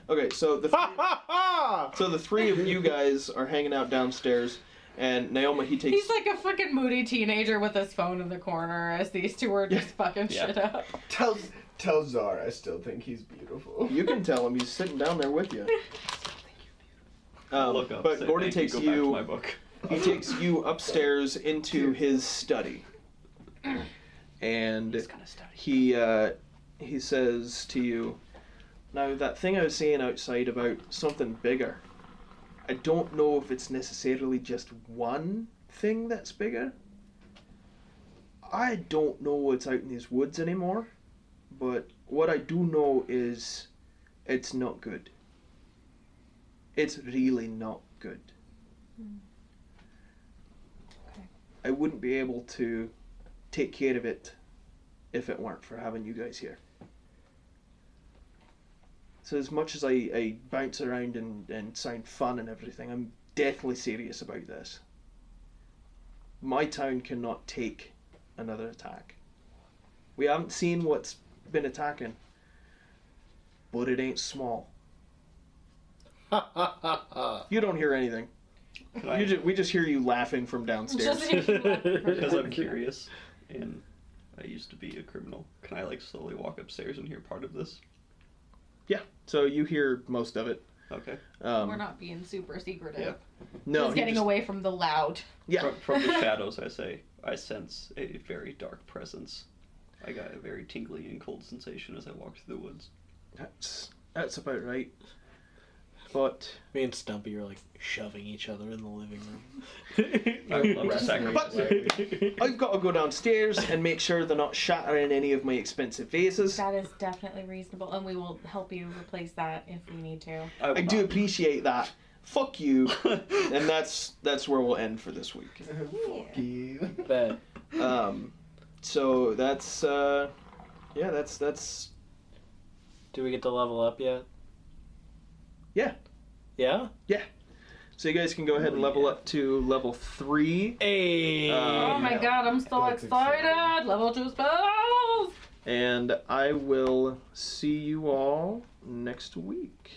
Okay, so the Ha ha ha! so the three of you guys are hanging out downstairs, and Naoma he takes. He's like a fucking moody teenager with his phone in the corner as these two are just fucking Yeah. shit up. tell tell Zara I still think he's beautiful. you can tell him he's sitting down there with you. Um, Look up. but say Gordy takes thank you, go back to you. my book. He takes you upstairs into his study, and he uh, he says to you, "Now that thing I was saying outside about something bigger, I don't know if it's necessarily just one thing that's bigger. I don't know what's out in these woods anymore, but what I do know is it's not good. It's really not good." I wouldn't be able to take care of it if it weren't for having you guys here. So as much as I, I bounce around and, and sound fun and everything, I'm deathly serious about this. My town cannot take another attack. We haven't seen what's been attacking, but it ain't small. Ha ha ha ha. You don't hear anything. Could You I, ju- we just hear you laughing from downstairs. Just because I'm curious, and I used to be a criminal. Can I like slowly walk upstairs and hear part of this? yeah, so you hear most of it. Okay. Um, We're not being super secretive. Yeah. no, Just he getting just- away from the loud. Yeah. From, from the shadows, I say, I sense a very dark presence. I got a very tingly and cold sensation as I walked through the woods. That's that's about right. But Me and Stumpy are like shoving each other in the living I would love to room. sacrifice. I've got to go downstairs and make sure they're not shattering any of my expensive vases. That is definitely reasonable, and we will help you replace that if we need to. will I do not. appreciate that. Fuck you. and that's that's where we'll end for this week. Fuck you. Bet. Um, so that's uh, yeah, that's that's Do we get to level up yet? Yeah. Yeah? so you guys can go ahead and level up to level three, Hey. Uh, Oh my Yeah. god, I'm so That's excited! exciting. Level two spells! and I will see you all next week.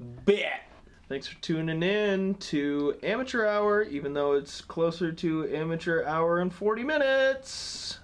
Bet. Thanks for tuning in to Amateur Hour, even though it's closer to Amateur Hour and 40 minutes.